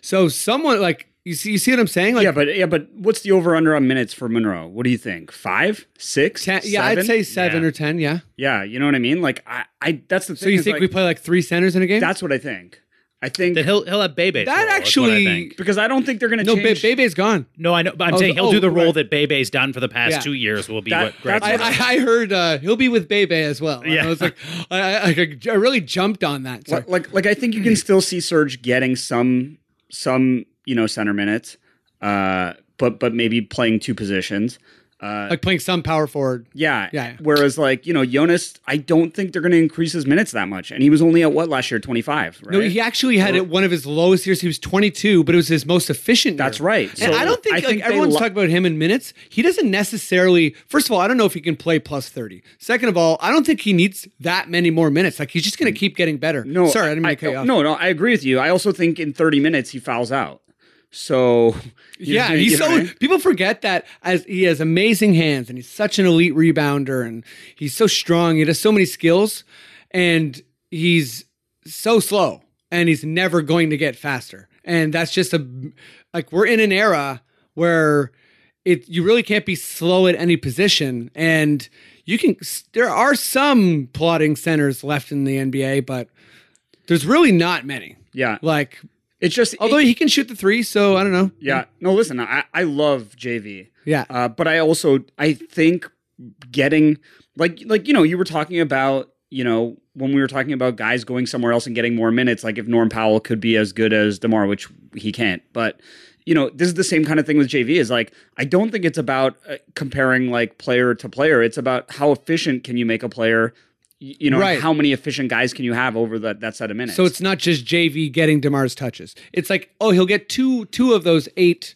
D: So someone like you see, you see what I'm saying? Like,
F: yeah, but yeah, but what's the over under on minutes for Monroe? What do you think? Five, six,
D: ten, yeah,
F: seven?
D: I'd say seven
E: Yeah.
D: or ten. Yeah.
F: yeah. You know what I mean? Like I, I that's the thing.
D: So you
F: is,
D: think
F: like,
D: we play like three centers in a game?
F: That's what I think. I think
E: That he'll he'll have Bebe.
D: That actually-
F: because I don't think they're going to
D: no, Be-
F: change.
D: Bebe's gone.
E: No, I know, but I'm
D: Oh,
E: saying he'll
D: oh,
E: do the role
D: right.
E: that Bebe's done for the past
D: Yeah.
E: two years. Will be
F: That-
E: what Greg.
F: that's
D: I,
E: Monroe-
D: I, I heard uh, he'll be with Bebe as well. Yeah.
E: Yeah.
D: I was like, I, I, I really jumped on that. So
F: like, like like I think you can still see Serge getting some some you know center minutes, uh, but but maybe playing two positions. Uh,
D: like playing some power forward.
F: yeah.
D: yeah.
F: Whereas like you know Jonas, I don't think they're going to increase his minutes that much, and he was only at what last year twenty five, right?
D: No, he actually had it one of his lowest years. He was 22, but it was his most efficient.
F: That's
D: year.
F: right.
D: and
F: So
D: I don't think,
F: I
D: like,
F: think they
D: everyone's
F: lo-
D: talking about him in minutes. He doesn't necessarily. First of all, I don't know if he can play plus 30. Second of all, I don't think he needs that many more minutes. Like he's just going to keep getting better.
F: Mm. no,
D: sorry, I didn't mean to cut you off.
F: No, no, I agree with you. I also think in thirty minutes he fouls out. So you
D: yeah,
F: know,
D: he's
F: you know
D: so
F: what I mean?
D: people forget that as he has amazing hands and he's such an elite rebounder and he's so strong. He has so many skills, and he's so slow and he's never going to get faster. And that's just a like we're in an era where it you really can't be slow at any position and you can there are some plotting centers left in the NBA but there's really not many
F: yeah.
D: like
F: It's just
D: although he can shoot the 3 so I don't know
F: yeah. No, listen, I I love JV.
D: yeah
F: Uh, but I also I think getting like like you know you were talking about you know when we were talking about guys going somewhere else and getting more minutes like if Norm Powell could be as good as Demar which he can't but you know this is the same kind of thing with JV is like I don't think it's about uh, comparing like player to player it's about how efficient can you make a player y- you know and
D: Right.
F: how many efficient guys can you have over that that set of minutes
D: So it's not just JV getting Demar's touches. It's like, oh, he'll get two two of those eight,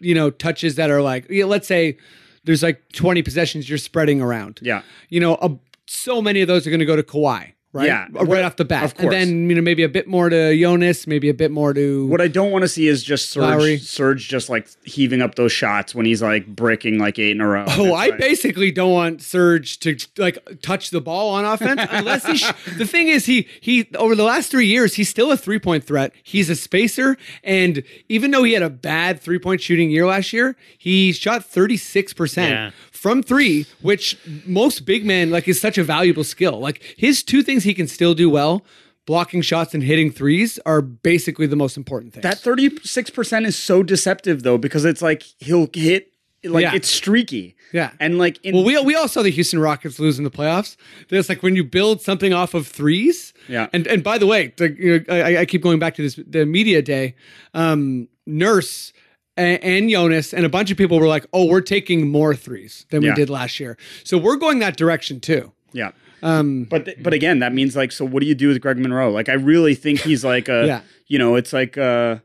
D: you know, touches that are like, yeah, let's say there's like 20 possessions you're spreading around.
F: yeah
D: You know, a, so many of those are going to go to Kawhi, right?
F: Yeah.
D: Uh,
F: What-
D: right off the bat.
F: of
D: And
F: course.
D: then, you know, maybe a bit more to Jonas, maybe a bit more to
F: What I don't want to see is just
D: Lowry.
F: Serge, Serge just like heaving up those shots when he's like bricking like eight in a row.
D: Oh,
F: It's
D: I
F: like-
D: basically don't want Serge to like touch the ball on offense unless he. Sh- the thing is, he he over the last three years, he's still a three point threat. He's a spacer, and even though he had a bad three point shooting year last year, he shot thirty six
E: Yeah.
D: percent from three, which most big men like is such a valuable skill. Like his two things he can still do well. Blocking shots and hitting threes are basically the most important things.
F: that thirty six percent is so deceptive though because it's like he'll hit like
D: Yeah.
F: it's streaky.
D: Yeah.
F: and like in,
D: Well, we, we all saw the Houston Rockets lose in the playoffs. There's like when you build something off of threes.
F: Yeah.
D: And and by the way, the, you know, I, I keep going back to this the media day. Um, Nurse and, and Jonas and a bunch of people were like, "Oh, we're taking more threes than
F: Yeah.
D: we did last year." So we're going that direction too.
F: yeah. Um, but th- but again, that means like so. What do you do with Greg Monroe? Like, I really think he's like a
D: Yeah.
F: you know, it's like uh,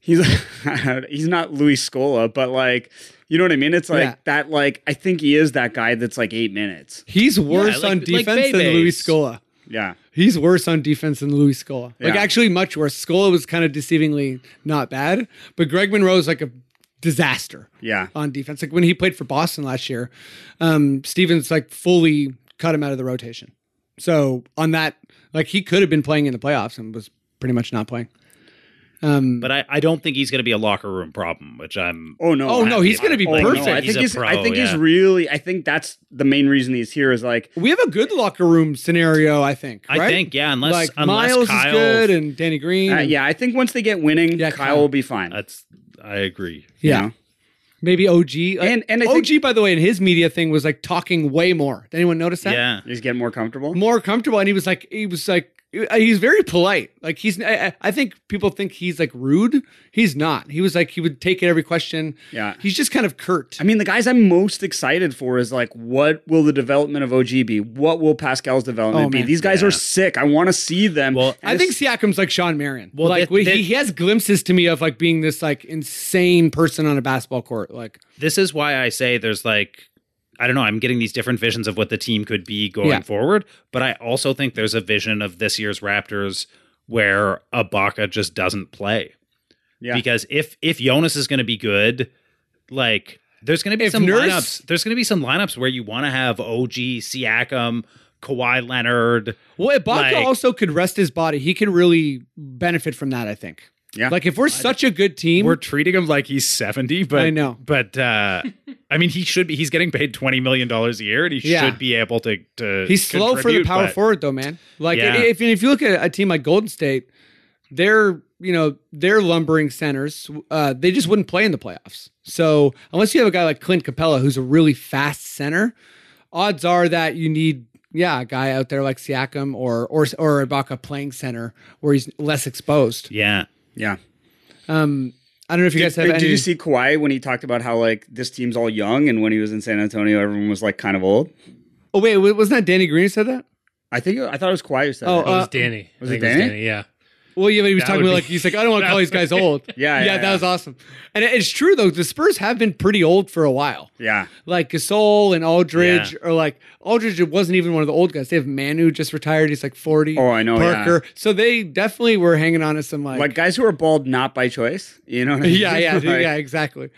F: he's he's not Luis Scola, but like you know what I mean. It's like
D: Yeah.
F: that. Like I think he is that guy that's like eight minutes.
D: He's worse
E: like-
D: on
E: like
D: defense than
E: Bebe's.
D: Luis Scola.
F: Yeah.
D: He's worse on defense than Louis Scola. Like
F: Yeah.
D: actually much worse. Scola was kind of deceivingly not bad, but Greg Monroe's like a disaster
F: Yeah.
D: on defense. Like when he played for Boston last year, um, Stevens like fully cut him out of the rotation. So on that, like he could have been playing in the playoffs and was pretty much not playing. Um,
E: But I, I don't think he's going to be a locker room problem, which I'm.
F: Oh no.
D: oh no, he's going to be
E: Oh, no,
D: perfect.
F: I
E: He's
F: think
E: a
F: he's,
E: pro,
F: I think he's
E: yeah.
F: really I think that's the main reason he's here is like
D: we have a good locker room scenario, I think.
E: I
D: right?
E: think, yeah, unless
D: like
E: unless
D: Miles
E: Kyle.
D: is good and Danny Green.
F: uh,
D: and-
F: yeah, I think once they get winning,
D: Yeah,
F: Kyle,
D: Kyle.
F: will be fine.
E: That's I agree.
F: you
D: yeah.
F: know?
D: Maybe OG Like,
F: And- and I
D: OG,
F: think-
D: by the way, in his media thing was like talking way more. Did anyone notice that?
E: Yeah,
F: He's getting more comfortable.
D: more comfortable, and he was like, he was like, uh, he's very polite. Like he's, I, I- I think people think he's like rude. He's not. He was like, he would take every question.
F: Yeah.
D: he's just kind of curt.
F: I mean, the guys I'm most excited for is like, what will the development of OG be? What will Pascal's development
D: Oh,
F: be?
D: man.
F: These guys are sick. I want to see them.
E: Well,
F: And
D: I think
F: it's-
D: Siakam's like Sean Marion.
E: Well,
D: like
E: that-
D: we-
E: that-
D: he, he has glimpses to me of like being this like insane person on a basketball court. Like
E: this is why I say there's like I don't know, I'm getting these different visions of what the team could be going
D: Yeah.
E: forward, but I also think there's a vision of this year's Raptors where Ibaka just doesn't play.
F: Yeah.
E: Because if if Jonas is going to be good, like there's going to be
D: If
E: some
D: Nurse-
E: lineups. There's going to be some lineups where you want to have OG, Siakam, Kawhi Leonard.
D: well, Ibaka
E: Like-
D: also could rest his body. He could really benefit from that. I think.
F: Yeah.
D: Like if we're such a good team,
E: We're treating him like he's 70, but
D: I know.
E: But uh I mean he should be he's getting paid 20 million dollars a year and he
D: Yeah.
E: should be able to to
D: He's slow for the
E: contribute,
D: power
E: but-
D: forward though, man. Like
E: Yeah.
D: if if you look at a team like Golden State, they're you know they're lumbering centers. Uh, they just wouldn't play in the playoffs. So unless you have a guy like Clint Capella, who's a really fast center, odds are that you need yeah a guy out there like Siakam or or or Ibaka playing center where he's less exposed.
E: Yeah.
F: yeah.
D: Um, I don't know if you guys have.
F: Did,
D: any,
F: did you see Kawhi when he talked about how like this team's all young and when he was in San Antonio, everyone was like kind of old?
D: Oh wait, wa- wasn't that Danny Green who said that?
F: I think I thought it was Kawhi who said
D: Oh,
F: that.
C: it was
D: uh,
C: Danny.
F: was
C: I
F: it
C: think
F: Danny?
C: Yeah.
D: Well, yeah, but he was
C: That
D: talking
C: would
D: about
C: be-
D: like he's like, I don't want to call these guys old.
F: Yeah,
D: yeah,
F: yeah,
D: that
F: yeah.
D: was awesome. And it- it's true though. The Spurs have been pretty old for a while.
F: yeah.
D: Like Gasol and Aldridge
E: Yeah.
D: or like Aldridge wasn't even one of the old guys. They have Manu just retired. He's like forty.
F: Oh, I know, yeah.
D: Parker. So they definitely were hanging on to some like,
F: Like guys who are bald not by choice. You know what I mean?
D: yeah, yeah,
F: Like,
D: dude, yeah, exactly.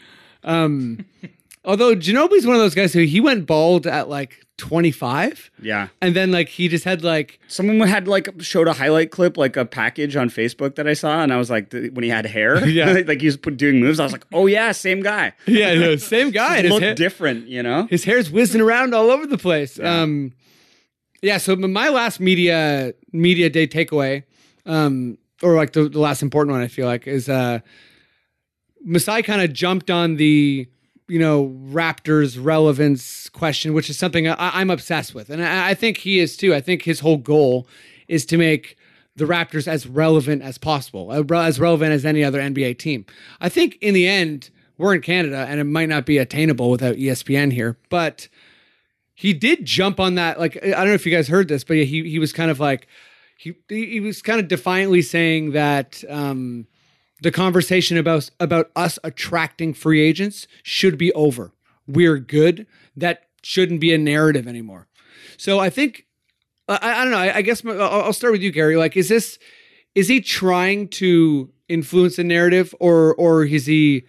D: Um, although Ginobili's one of those guys who he went bald at like twenty five,
F: yeah.
D: and then like he just had like
F: Someone had like showed a highlight clip, like a package on Facebook that I saw, and I was like, th- when he had hair,
D: Yeah.
F: like he was put, doing moves. I was like, oh yeah, same guy.
D: yeah, no, same guy. and his
F: Looked
D: hair-
F: different, you know.
D: his hair's whizzing around all over the place. Um, yeah. So m- my last media media day takeaway, um, or like the, the last important one, I feel like is uh, Masai kind of jumped on the you know Raptors relevance question, which is something I, I'm obsessed with, and I, I think he is too. I think his whole goal is to make the Raptors as relevant as possible, uh, re- as relevant as any other NBA team. I think in the end, we're in Canada, and it might not be attainable without E ESPN here, but he did jump on that. Like I don't know if you guys heard this, but yeah, he he was kind of like he he was kind of defiantly saying that. Um, the conversation about about us attracting free agents should be over. We're good. That shouldn't be a narrative anymore. So I think I, I- I don't know. I, I guess my, I'll, I'll start with you, Gary. Like, is this is he trying to influence the narrative, or or is he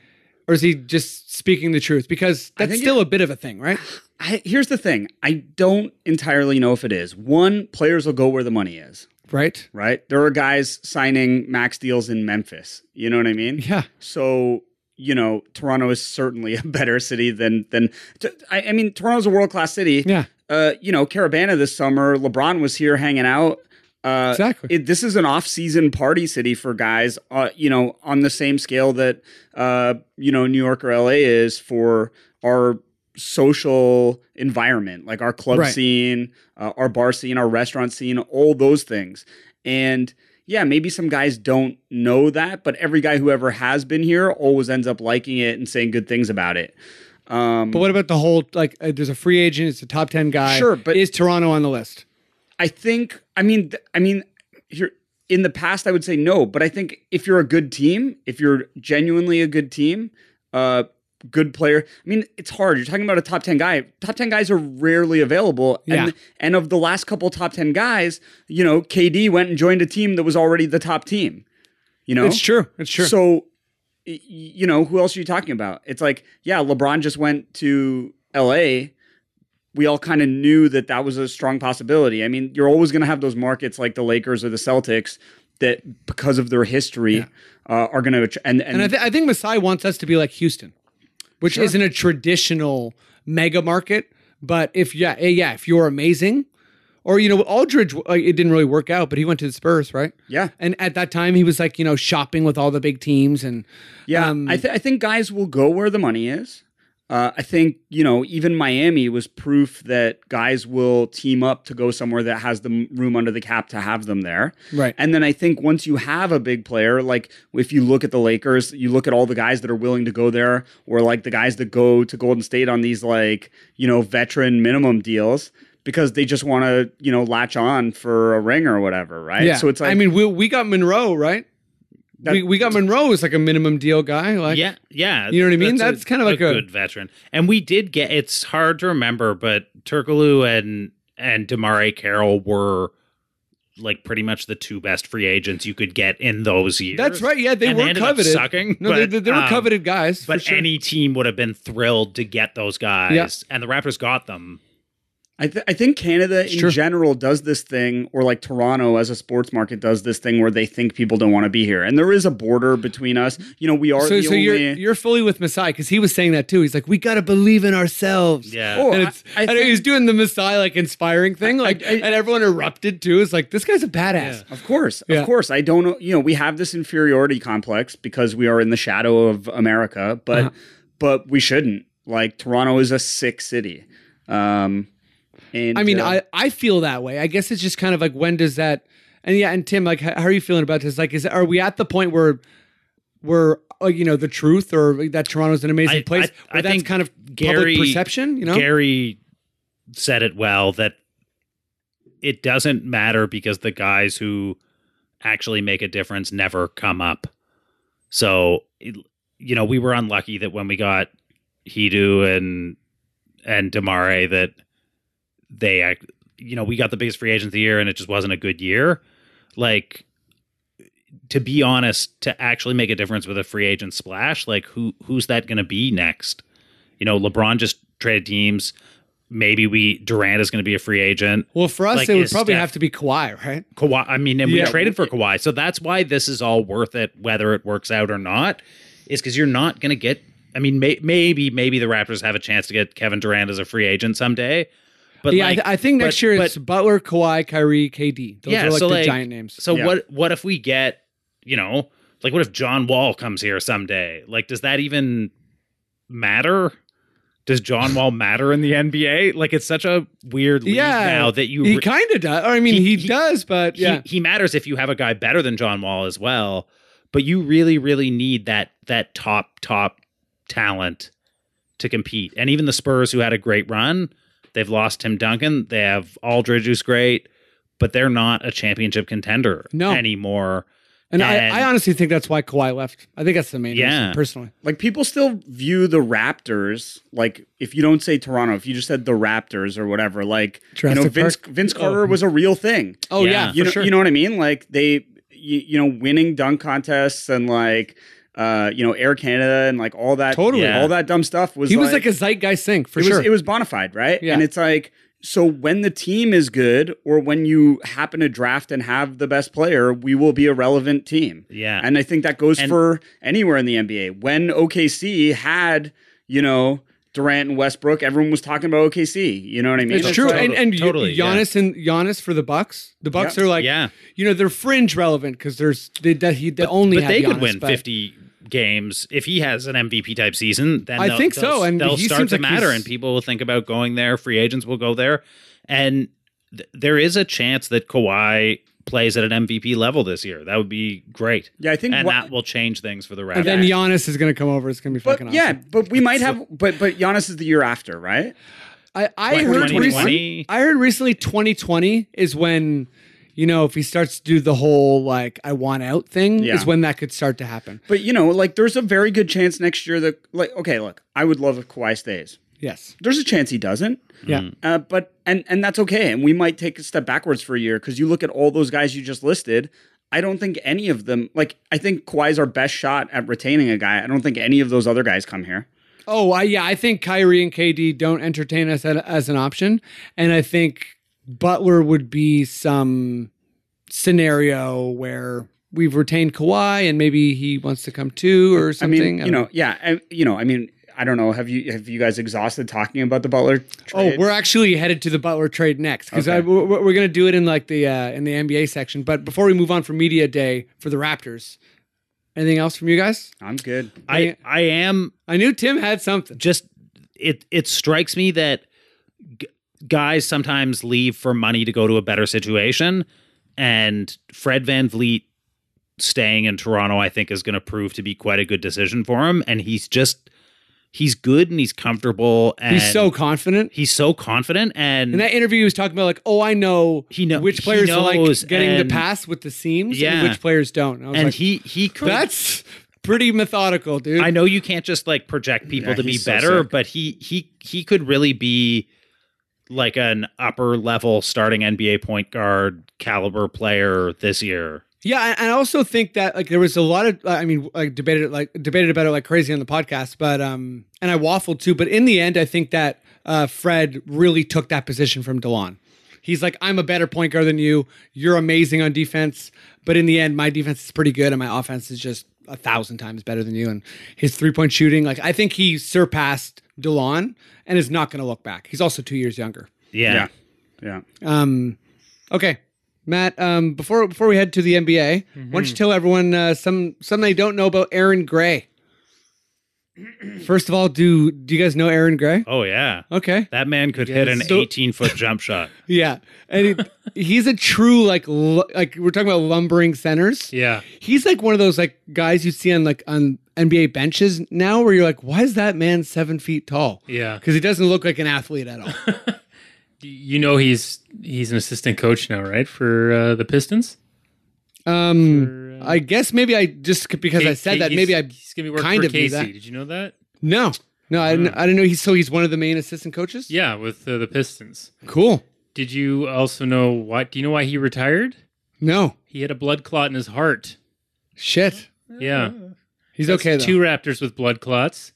D: or is he just speaking the truth? Because that's
F: think
D: still a bit of a thing, right?
F: I, here's the thing I don't entirely know if it is. One, players will go where the money is,
D: Right.
F: right? There are guys signing max deals in Memphis. You know what I mean?
D: Yeah.
F: So, you know, Toronto is certainly a better city than, than t- I, I mean, Toronto's a world class city.
D: Yeah.
F: Uh, you know, Caravana this summer, LeBron was here hanging out. Uh,
D: Exactly.
F: it, this is an off-season party city for guys, uh, you know, on the same scale that uh, you know New York or LA is for our social environment, like our club
D: Right.
F: scene, uh, our bar scene, our restaurant scene, all those things. And yeah, maybe some guys don't know that, but every guy who ever has been here always ends up liking it and saying good things about it. Um,
D: But what about the whole like? Uh, there's a free agent. It's a top ten guy.
F: Sure, but-
D: is Toronto on the list?
F: I think I mean th- I mean here in the past I would say no, but I think if you're a good team, if you're genuinely a good team, uh good player. I mean, it's hard. You're talking about a top 10 guy. Top 10 guys are rarely available.
D: Yeah.
F: And and of the last couple top 10 guys, you know, KD went and joined a team that was already the top team. You know?
D: It's true. It's true.
F: So, y- you know, who else are you talking about? It's like, yeah, LeBron just went to LA. We all kind of knew that that was a strong possibility. I mean, you're always going to have those markets like the Lakers or the Celtics that, because of their history, uh, are going to and
D: and
F: and,
D: I, th- I think Masai wants us to be like Houston, which isn't a traditional mega market. But if yeah, eh, yeah, if you're amazing, or you know, Aldridge, uh, it didn't really work out, but he went to the Spurs, right?
F: yeah,
D: And at that time, he was like you know shopping with all the big teams, and
F: yeah.
D: um,
F: I, th- I think guys will go where the money is. Uh, I think you know even Miami was proof that guys will team up to go somewhere that has the m- room under the cap to have them there.
D: right.
F: And then I think once you have a big player, like if you look at the Lakers, you look at all the guys that are willing to go there, or like the guys that go to Golden State on these like, you know, veteran minimum deals because they just want to, you know, latch on for a ring or whatever, right?
D: yeah.
F: So it's like
D: I mean, we we got Monroe, right?
F: That-
D: we, we got Monroe as like a minimum deal guy, like
E: yeah, yeah.
D: You know what I mean? That's kind of like a-
E: good veteran. And we did get. It's hard to remember, but Turkoglu and and Damare Carroll were like pretty much the two best free agents you could get in those years.
D: That's right. Yeah, they
E: And
D: were
E: ended up
D: coveted.
E: sucking,
D: no, they,
E: but,
D: they, they were
E: um,
D: coveted guys. for
E: But
D: sure.
E: any team would have been thrilled to get those guys,
D: Yeah.
E: and the Raptors got them.
F: I, th- I think Canada in
D: Sure.
F: general does this thing, or like Toronto as a sports market does this thing where they think people don't want to be here. And there is a border between us. You know, we are
D: so
F: the
D: so
F: only.
D: you're you're fully with Masai because he was saying that too. He's like, we gotta believe in ourselves.
E: Yeah.
F: Oh,
D: and it's
F: I- I
D: and he
F: think-
D: was doing the Messiah like inspiring thing, like
F: I-
D: and everyone erupted too. It's like this guy's a badass.
F: Of course,
D: Yeah.
F: of course. I don't know. You know, we have this inferiority complex because we are in the shadow of America, but
D: Uh-huh.
F: but we shouldn't. Like Toronto is a sick city. Um, and
D: I mean,
F: uh,
D: I I feel that way. I guess it's just kind of like when does that? And yeah, and Tim, like, h- how are you feeling about this? Like, is are we at the point where where uh, you know the truth or that Toronto's an amazing
E: I-
D: place?
E: I-
D: where
E: I
D: that's
E: think
D: kind of public
E: Gary-
D: perception, you know?
E: Gary said it well that it doesn't matter because the guys who actually make a difference never come up. So, it- you know, we were unlucky that when we got Hidu and and Demare that they act, you know, we got the biggest free agent of the year and it just wasn't a good year. Like to be honest, to actually make a difference with a free agent splash, like who who's that going to be next? You know, LeBron just traded teams. Maybe we Durant is going to be a free agent.
D: well, for us,
E: like,
D: it would
E: is
D: probably
E: Steph-
D: have to be Kawhi, right?
E: Kawhi. I mean, and
D: Yeah.
E: we traded for Kawhi, so that's why this is all worth it, whether it works out or not, is because you're not going to get. I mean, may, maybe maybe the Raptors have a chance to get Kevin Durant as a free agent someday, but
D: yeah, I,
E: like,
D: th- I think next
E: but-
D: year
E: but-
D: it's Butler, Kawhi, Kyrie, KD. Those
E: Yeah,
D: are like
E: so,
D: the
E: like,
D: giant names.
E: So
F: Yeah.
E: what what if we get, you know, like what if John Wall comes here someday? Like does that even matter? Does John Wall matter in the NBA? Like it's such a weird league
D: Yeah,
E: now that you
D: he
E: re-
D: kind of does. Or, I mean, he,
E: He- he-
D: does, but
E: he-
D: yeah,
E: he matters if you have a guy better than John Wall as well, but you really really need that that top top talent to compete. And even the Spurs who had a great run, they've lost Tim Duncan, they have Aldridge who's great, but they're not a championship contender
D: No.
E: anymore.
D: and,
E: and-
D: I, I honestly think that's why Kawhi left. I think that's the main
E: Yeah.
D: reason, personally.
F: like people still view the Raptors like if you don't say Toronto, if you just said the Raptors or whatever, like you know,
D: Jurassic
F: Vince Vince Carter was a real thing.
D: Oh yeah,
E: Yeah.
F: you
D: for
F: know,
D: sure.
F: you know what I mean? Like they, you, you know, winning dunk contests and like, uh, you know, Air Canada and like all that,
D: Totally.
E: Yeah.
F: all that dumb stuff was.
D: he was like a zeitgeist thing for
F: it
D: sure.
F: was, it was bona fide, right?
D: Yeah.
F: And it's like, so when the team is good, or when you happen to draft and have the best player, we will be a relevant team.
E: Yeah.
F: And I think that goes
E: And-
F: for anywhere in the NBA. When OKC had, you know, Durant and Westbrook, everyone was talking about OKC. You know what I mean?
D: It's true,
F: like-
D: and and
E: Totally,
D: totally,
E: yeah.
D: Giannis and Giannis for the Bucks. The Bucks
F: Yeah.
D: are like,
E: Yeah.
D: you know, they're fringe relevant because there's they, that he they only
E: but
D: have
E: they
D: Giannis,
E: could win
D: but-
E: 50 games if he has an MVP type season. Then
D: I
E: they'll-
D: think so,
E: they'll-
D: and
E: they'll
D: he
E: start
D: seems
E: to
D: like
E: matter,
D: he's-
E: and people will think about going there. Free agents will go there, and th- there is a chance that Kawhi plays at an MVP level this year. That would be great.
F: Yeah, I think
E: and
F: what-
E: that will change things for the Raptors.
D: And then Giannis is going to come over. It's going to be
F: but
D: fucking
F: yeah,
D: awesome.
F: but we might have, but but Giannis is the year after, right?
D: I, I
E: What,
D: heard
E: 2020?
D: recently. I heard recently. Twenty twenty is when you know, if he starts to do the whole like I want out thing,
F: Yeah.
D: is when that could start to happen.
F: But you know, like there's a very good chance next year that like okay, look, I would love if Kawhi stays.
D: Yes.
F: There's a chance he doesn't.
D: Yeah.
F: Uh, but and and that's okay. And we might take a step backwards for a year because you look at all those guys you just listed. I don't think any of them like I think Kawhi's our best shot at retaining a guy. I don't think any of those other guys come here.
D: Oh, I, yeah. I think Kyrie and KD don't entertain us at, as an option, and I think Butler would be some scenario where we've retained Kawhi and maybe he wants to come too or
F: I
D: something. uh,
F: mean,
D: I
F: you
D: don't
F: know, yeah, I, you know, I mean, I don't know. Have you have you guys exhausted talking about the Butler? Trade?
D: Oh, we're actually headed to the Butler trade next because
F: Okay.
D: we're, we're going to do it in like the uh, in the NBA section. But before we move on for media day for the Raptors, anything else from you guys?
F: I'm good.
E: I I am
D: I knew Tim had something.
E: just it it strikes me that g- guys sometimes leave for money to go to a better situation and fred van vliet staying in toronto i think is going to prove to be quite a good decision for him and he's just he's good and he's comfortable and
D: He's so confident.
E: he's so confident and
D: In that interview, he was talking about like, oh, I know
E: He know-
D: which
E: he
D: players are
E: knows
D: like getting
E: and-
D: the pass with the seams,
E: Yeah.
D: and which players don't. And I was
E: and
D: like,
E: he he could
D: that's pretty methodical, dude.
E: I know you can't just like project people
F: Yeah,
E: to be
F: he's so
E: better,
F: sick.
E: but he he he could really be like an upper level starting NBA point guard caliber player this year.
D: Yeah, and- and I also think that like there was a lot of I mean like debated it like debated about it like crazy on the podcast, but um and I waffled too, but in the end I think that uh Fred really took that position from DeLon. He's like I'm a better point guard than you. You're amazing on defense, but in the end my defense is pretty good and my offense is just a thousand times better than you and his three-point shooting like I think he surpassed DeLon and is not going to look back. He's also 2 years younger.
E: Yeah.
F: Yeah. Yeah.
D: Um, okay, Matt. Um, before before we head to the NBA, why
C: Mm-hmm.
D: don't you tell everyone uh, some something they don't know about Aaron Gray? First of all, do do you guys know Aaron Gray?
E: Oh yeah.
D: Okay,
E: That man could hit an
D: so-
E: 18 foot jump shot.
D: yeah, and he, he's a true like lu- like we're talking about lumbering centers.
C: Yeah.
D: He's like one of those like guys you see on like on NBA benches now, where you're like, why is that man seven feet tall?
C: Yeah.
D: because he doesn't look like an athlete at all.
C: You know he's he's an assistant coach now, right? For uh, the Pistons.
D: Um, I guess maybe I just because I
C: Kate-
D: said
C: Kate-
D: that
C: he's-
D: maybe I
C: he's gonna be working
D: kind
C: for
D: of knew
C: Casey.
D: that.
C: Did you know that?
D: No, no, I didn't, I didn't know he's so he's one of the main assistant coaches.
C: Mm. Yeah, with uh, the Pistons.
D: cool.
C: Did you also know what? Do you know why he retired?
D: No
C: He had a blood clot in his heart.
D: shit,
C: Yeah,
D: he's
C: That's
D: okay though.
C: Two Raptors with blood clots.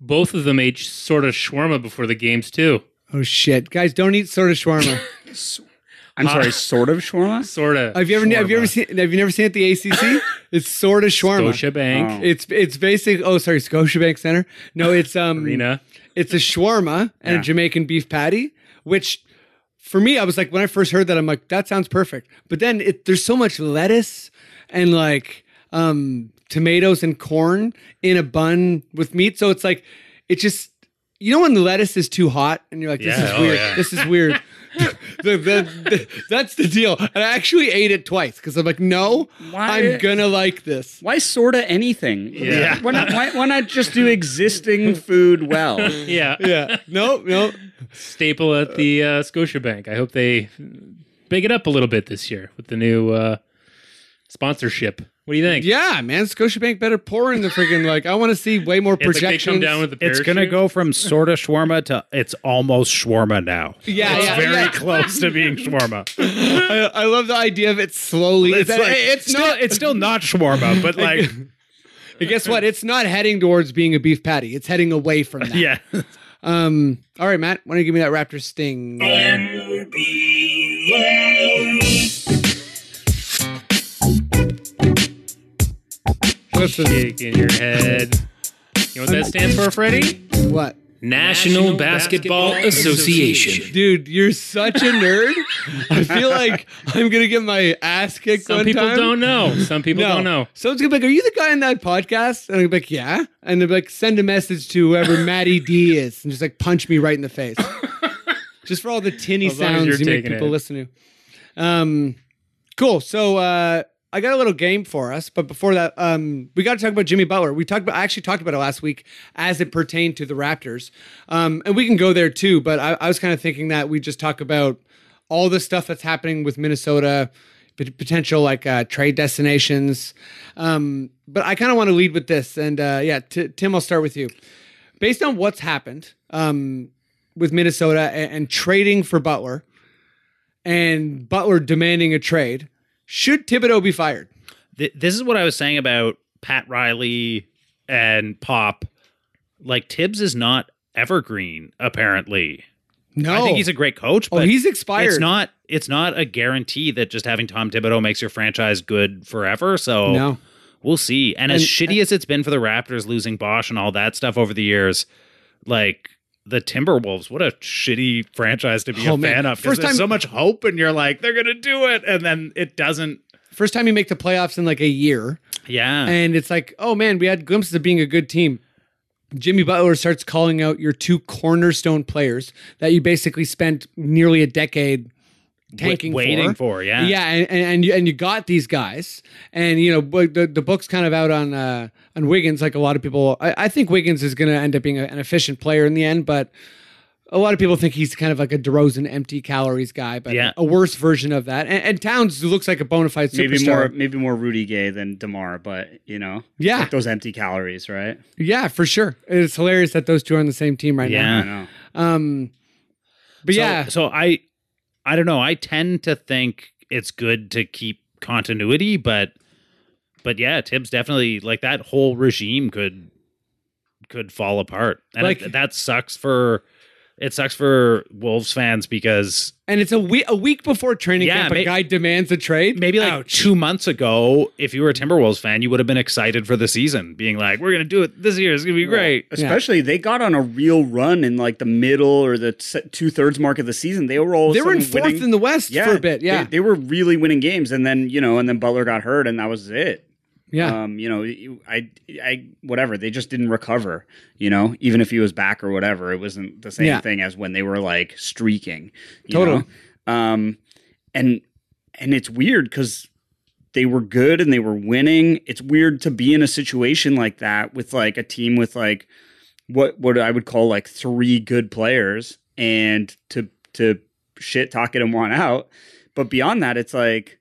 C: Both of them ate sort of shawarma before the games too.
D: oh shit, guys, don't eat sort of shawarma.
F: I'm
C: Uh,
F: sorry, sort of shawarma.
C: Sort of.
D: have you ever have you ever seen have you never seen it at the ACC? it's sort of shawarma.
C: Scotiabank
F: Oh.
D: It's it's basic. Oh, sorry, Scotiabank Center. No, it's um,
C: Arena.
D: it's a shawarma and
F: Yeah.
D: a Jamaican beef patty, which. For me, I was like, when I first heard that, I'm like, that sounds perfect. But then it, there's so much lettuce and like um, tomatoes and corn in a bun with meat. So it's like, it just, you know, when the lettuce is too hot and you're like, this
E: Yeah,
D: is
E: oh,
D: weird.
E: yeah.
D: This is weird. The- the- the- that's the deal. And I actually ate it twice because I'm like, no,
F: Why-
D: I'm going to like this.
F: Why sorta anything?
C: Yeah.
F: Why not? Why, why not just do existing food well?
C: Yeah.
D: Yeah. No, no.
C: staple at the uh, Scotiabank. I hope they big it up a little bit this year with the new uh, sponsorship. What do you think?
D: Yeah, man. Scotiabank better pour in the freaking, like, I want to see way more
C: It's like they
D: projections.
C: come down with the
E: It's going to
C: parachute.
E: go from sort of shawarma to it's almost shawarma now.
D: Yeah,
E: It's
D: yeah,
E: very
D: yeah.
E: close to being shawarma.
D: I, I love the idea of it slowly. It's,
E: It's, like,
D: it's
E: still,
D: not.
E: it's still not shawarma, but like,
D: And guess what? It's not heading towards being a beef patty. It's heading away from that.
E: yeah.
D: Um. All right, Matt. Why don't you give me that Raptor sting? Listen,
C: Kick in your head. You know what that stands for, Freddie?
D: what?
C: National, Basketball, Association.
D: Dude, you're such a nerd. I feel like I'm gonna get my ass kicked.
C: Some
D: one
C: people
D: time.
C: don't know. Some people don't know.
D: Someone's gonna be like, "Are you the guy in that podcast?" And I'm like, "Yeah." And they're like, "Send a message to whoever Maddie D is," and just like punch me right in the face, just for all the tinny
C: As long as
D: sounds
C: you're
D: you make
C: taking
D: people
C: it.
D: listen to. Um, cool. So uh, I got a little game for us, but before that, um, we got to talk about Jimmy Butler. We talked about I actually talked about it last week as it pertained to the Raptors, um, and we can go there too. But I, I was kind of thinking that we just talk about all the stuff that's happening with Minnesota pot- potential like uh, trade destinations. Um, but I kind of want to lead with this, and uh, yeah, T- Tim, I'll start with you. Based on what's happened um, with Minnesota and, and trading for Butler, and Butler demanding a trade, should Thibodeau be fired?
E: Th- this is what I was saying about Pat Riley and Pop. Like Tibbs is not evergreen, apparently.
D: No,
E: I think he's a great coach,
D: oh
E: but
D: he's expired.
E: it's not it's not a guarantee that just having Tom Thibodeau makes your franchise good forever. So
D: no.
E: we'll see. And, as
D: And-
E: shitty as it's been for the Raptors losing Bosch and all that stuff over the years, like the Timberwolves, what a shitty franchise to be
D: Oh,
E: a
D: man.
E: fan of. Because
D: First
E: there's
D: time-
E: so much hope, and you're like, they're gonna do it, and then it doesn't.
D: First time you make the playoffs in like a year.
E: Yeah,
D: and it's like, oh man, we had glimpses of being a good team. Jimmy Butler starts calling out your two cornerstone players that you basically spent nearly a decade
E: Wa-
D: tanking
E: waiting
D: for.
E: for. Yeah,
D: Yeah, and, and and you and you got these guys, and you know bu- the the book's kind of out on uh, on Wiggins. Like a lot of people, I, I think Wiggins is going to end up being a- an efficient player in the end, but a lot of people think he's kind of like a DeRozan empty calories guy, but
E: Yeah.
D: a worse version of that. And, and Towns looks like a bona fide superstar.
F: Maybe more, maybe more Rudy Gay than Demar, but you know,
D: Yeah.
F: like those empty calories, right?
D: Yeah, for sure. It's hilarious that those two are on the same team right
E: Yeah.
F: I know.
D: now. Um, but
E: So-
D: yeah,
E: so I, I don't know. I tend to think it's good to keep continuity, but, but yeah, Tibbs definitely like that whole regime could, could fall apart, and
D: Like-
E: it- that sucks for, it sucks for Wolves fans because
D: and it's a week a week before training
E: Yeah,
D: camp. A
E: may-
D: guy demands a trade.
E: maybe like
D: Ouch.
E: two months ago, if you were a Timberwolves fan, you would have been excited for the season, being like, "We're gonna do it this year. It's gonna be great."
F: Especially they got on a real run in like the middle or the two thirds mark of the season. They were all of a
D: they were in
F: sudden
D: fourth
F: winning-
D: in the West for a bit.
F: they-
D: Yeah,
F: they, were really winning games, and then you know, and then Butler got hurt, and that was it.
D: yeah.
F: Um, you know, you- I, I, whatever. They just didn't recover. You know, even if he was back or whatever, it wasn't the same
D: Yeah.
F: thing as when they were like streaking. You
D: Totally.
F: Know? Um, and and it's weird because they were good and they were winning. It's weird to be in a situation like that with like a team with like what what I would call like three good players and to to shit talk it and want out. But beyond that, it's like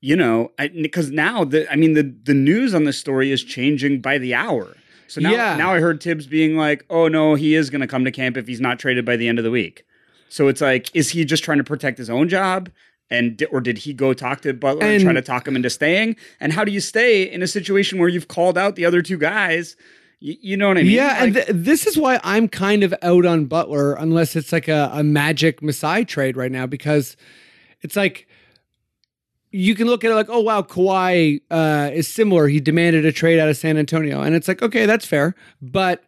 F: you know because now the I mean the the news on this story is changing by the hour. So now
D: Yeah.
F: now I heard Tibbs being like, "Oh no, he is going to come to camp if he's not traded by the end of the week." So it's like, is he just trying to protect his own job? And di- or did he go talk to Butler and,
D: And-
F: try to talk him into staying? And how do you stay in a situation where you've called out the other two guys? Y- you know what I mean?
D: yeah, and
F: Like,
D: th- this is why I'm kind of out on Butler, unless it's like a, a magic Masai trade right now, because it's like you can look at it like, oh wow, Kawhi uh, is similar. He demanded a trade out of San Antonio, and it's like, okay, that's fair, but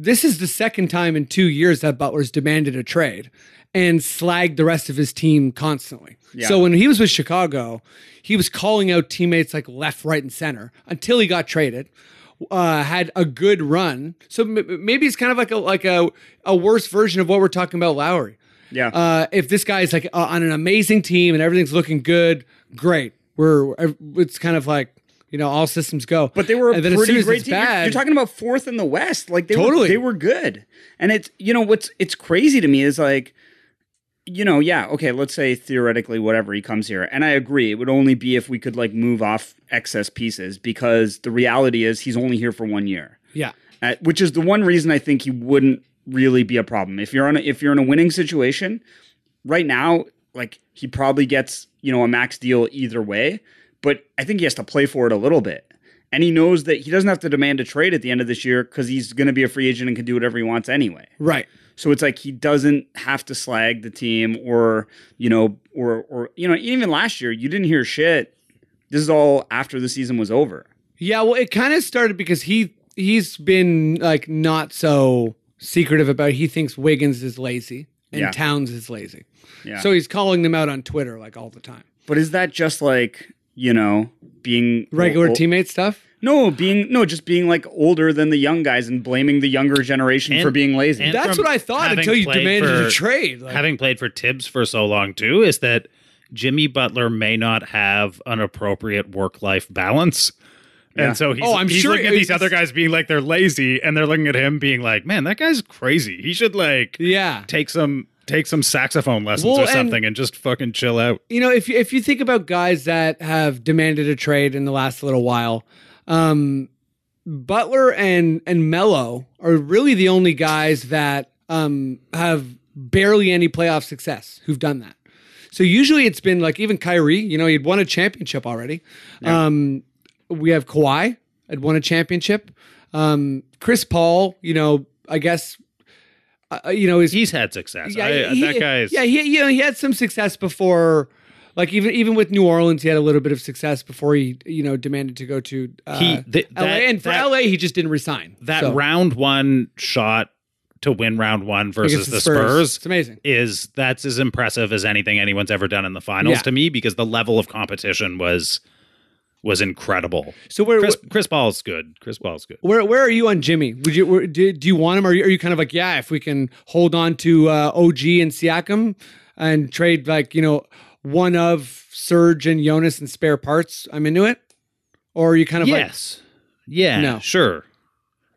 D: this is the second time in two years that Butler's demanded a trade and slagged the rest of his team constantly.
F: Yeah.
D: So when he was with Chicago, he was calling out teammates like left, right, and center until he got traded. Uh, had a good run, so m- maybe it's kind of like a like a a worse version of what we're talking about Lowry.
F: yeah.
D: Uh, if this guy's like uh, on an amazing team and everything's looking good, great. We're it's kind of like you know all systems go.
F: But they were a
D: and then as
F: pretty
D: soon as
F: great
D: it's
F: team. You're- You're,
D: bad-
F: talking about fourth in the West. Like they were,
D: Totally.
F: they were good. And it's you know what's it's crazy to me is like, you know, yeah, okay, let's say theoretically whatever he comes here, and I agree it would only be if we could like move off excess pieces because the reality is he's only here for one year,
D: yeah,
F: Uh, which is the one reason I think he wouldn't really be a problem if you're on a, if you're in a winning situation right now, like he probably gets, you know, a max deal either way, but I think he has to play for it a little bit. And he knows that he doesn't have to demand a trade at the end of this year because he's going to be a free agent and can do whatever he wants anyway.
D: right.
F: So it's like he doesn't have to slag the team or, you know, or, or, you know, even last year, you didn't hear shit. This is all after the season was over.
D: Yeah, well, it kind of started because he he's been like not so secretive about. He thinks Wiggins is lazy and
F: Yeah.
D: Towns is lazy,
F: Yeah.
D: so he's calling them out on Twitter like all the time.
F: but is that just like, you know, being
D: Regular
F: o- o-
D: teammate stuff.
F: No, being no, just being like older than the young guys and blaming the younger generation
E: And-
F: for being lazy.
E: and-
D: That's
E: from
D: what I thought
E: having
D: until you
E: played
D: demanded a
E: for-
D: trade. Like,
E: having played for Tibbs for so long too is that Jimmy Butler may not have an appropriate work life balance.
F: Yeah.
E: And so he's,
D: Oh, I'm
E: he's
D: sure
E: looking at these
D: it's-
E: other guys being like they're lazy, and they're looking at him being like, "Man, that guy's crazy. He should like
D: yeah,
E: take some take some saxophone lessons
D: Well,
E: or
D: and-
E: something and just fucking chill out.
D: you know, if you, if you think about guys that have demanded a trade in the last little while, um, Butler and and Mello are really the only guys that um, have barely any playoff success who've done that. So usually it's been like even Kyrie, you know, he'd won a championship already. Um, we have Kawhi had won a championship. Um, Chris Paul, you know, I guess, uh, you know, is
E: He's had success. I,
D: he,
E: that guy is.
D: Yeah, he you know, he had some success before, like even even with New Orleans, he had a little bit of success before he you know demanded to go to uh,
E: He- th-
D: LA.
E: that-
D: and for
E: that-
D: LA, he just didn't resign.
E: that
D: So,
E: round one shot to win round one
D: against
E: versus the Spurs,
D: it's amazing.
E: is that's as impressive as anything anyone's ever done in the finals
D: Yeah.
E: to me because the level of competition was was incredible.
D: So where
E: Chris Chris Paul's good. Chris Paul's good.
D: where where are you on Jimmy? Would you where, do, do you want him? Or are you, are you kind of like yeah, if we can hold on to uh, OG and Siakam and trade like you know one of Serge and Jonas and spare parts, I'm into it. Or are you kind of
E: Yes. yeah.
D: No.
E: Sure.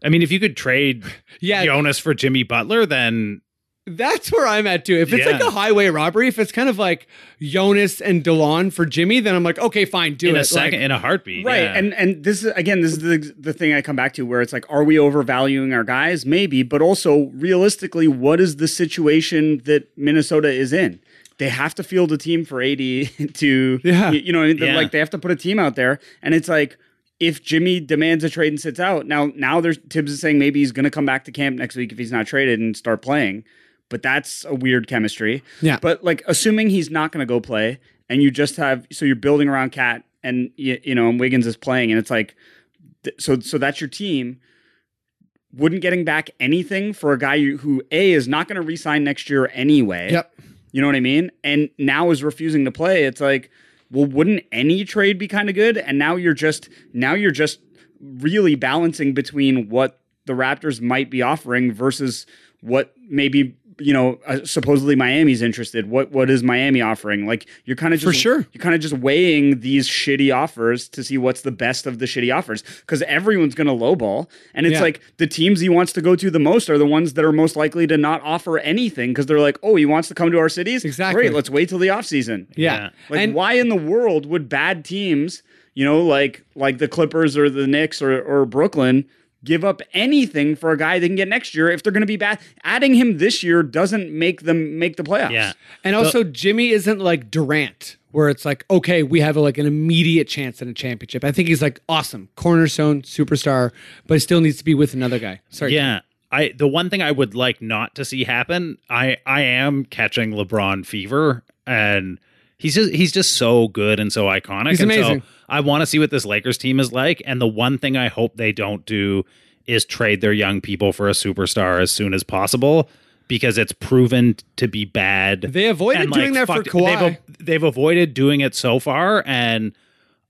E: I mean, if you could trade
D: like yeah,
E: Jonas for Jimmy Butler, then
D: That's where I'm at too. If it's like
E: Yeah.
D: a highway robbery, if it's kind of like Jonas and Delon for Jimmy, then I'm like, okay, fine, do
E: in
D: it.
E: a second,
D: Like,
E: in a heartbeat,
F: Right.
E: yeah.
F: And and this is again, this is the the thing I come back to where it's like, are we overvaluing our guys? Maybe, but also realistically, what is the situation that Minnesota is in? They have to field a team for 80 to
D: Yeah.
F: you, you know, they're
E: Yeah.
F: like they have to put a team out there. And it's like if Jimmy demands a trade and sits out, now now there's Tibbs is saying maybe he's gonna come back to camp next week if he's not traded and start playing. But that's a weird chemistry.
D: Yeah.
F: But like, assuming he's not going to go play, and you just have so you're building around Cat, and you, you know, and Wiggins is playing, and it's like, th- so so that's your team. Wouldn't getting back anything for a guy you- who a is not going to re-sign next year anyway.
D: Yep.
F: You know what I mean? And now is refusing to play. It's like, well, wouldn't any trade be kind of good? And now you're just now you're just really balancing between what the Raptors might be offering versus what maybe you know uh, supposedly Miami's interested. What what is Miami offering? Like you're kind of just
D: sure.
F: You're kind of just weighing these shitty offers to see what's the best of the shitty offers because everyone's going to lowball, and it's
D: Yeah.
F: like the teams he wants to go to the most are the ones that are most likely to not offer anything because they're like, oh, he wants to come to our cities.
D: Exactly.
F: Great, let's wait till the offseason.
D: yeah.
F: Like,
D: and
F: why in the world would bad teams, you know, like like the Clippers or the Knicks or or Brooklyn, give up anything for a guy they can get next year if they're going to be bad? Adding him this year doesn't make them make the playoffs.
E: yeah.
D: and also Jimmy isn't like Durant, where it's like, okay, we have like an immediate chance in a championship. I think he's like awesome, cornerstone, superstar, but he still needs to be with another guy. Sorry.
E: Yeah. I the one thing I would like not to see happen, I I am catching LeBron fever and he's just he's just so good and so iconic.
D: He's
E: and
D: amazing.
E: so I want to see what this Lakers team is like. And the one thing I hope they don't do is trade their young people for a superstar as soon as possible because it's proven to be bad.
D: They avoided
E: And,
D: doing that for
E: fucked-
D: Kawhi.
E: They've, a- they've avoided doing it so far, and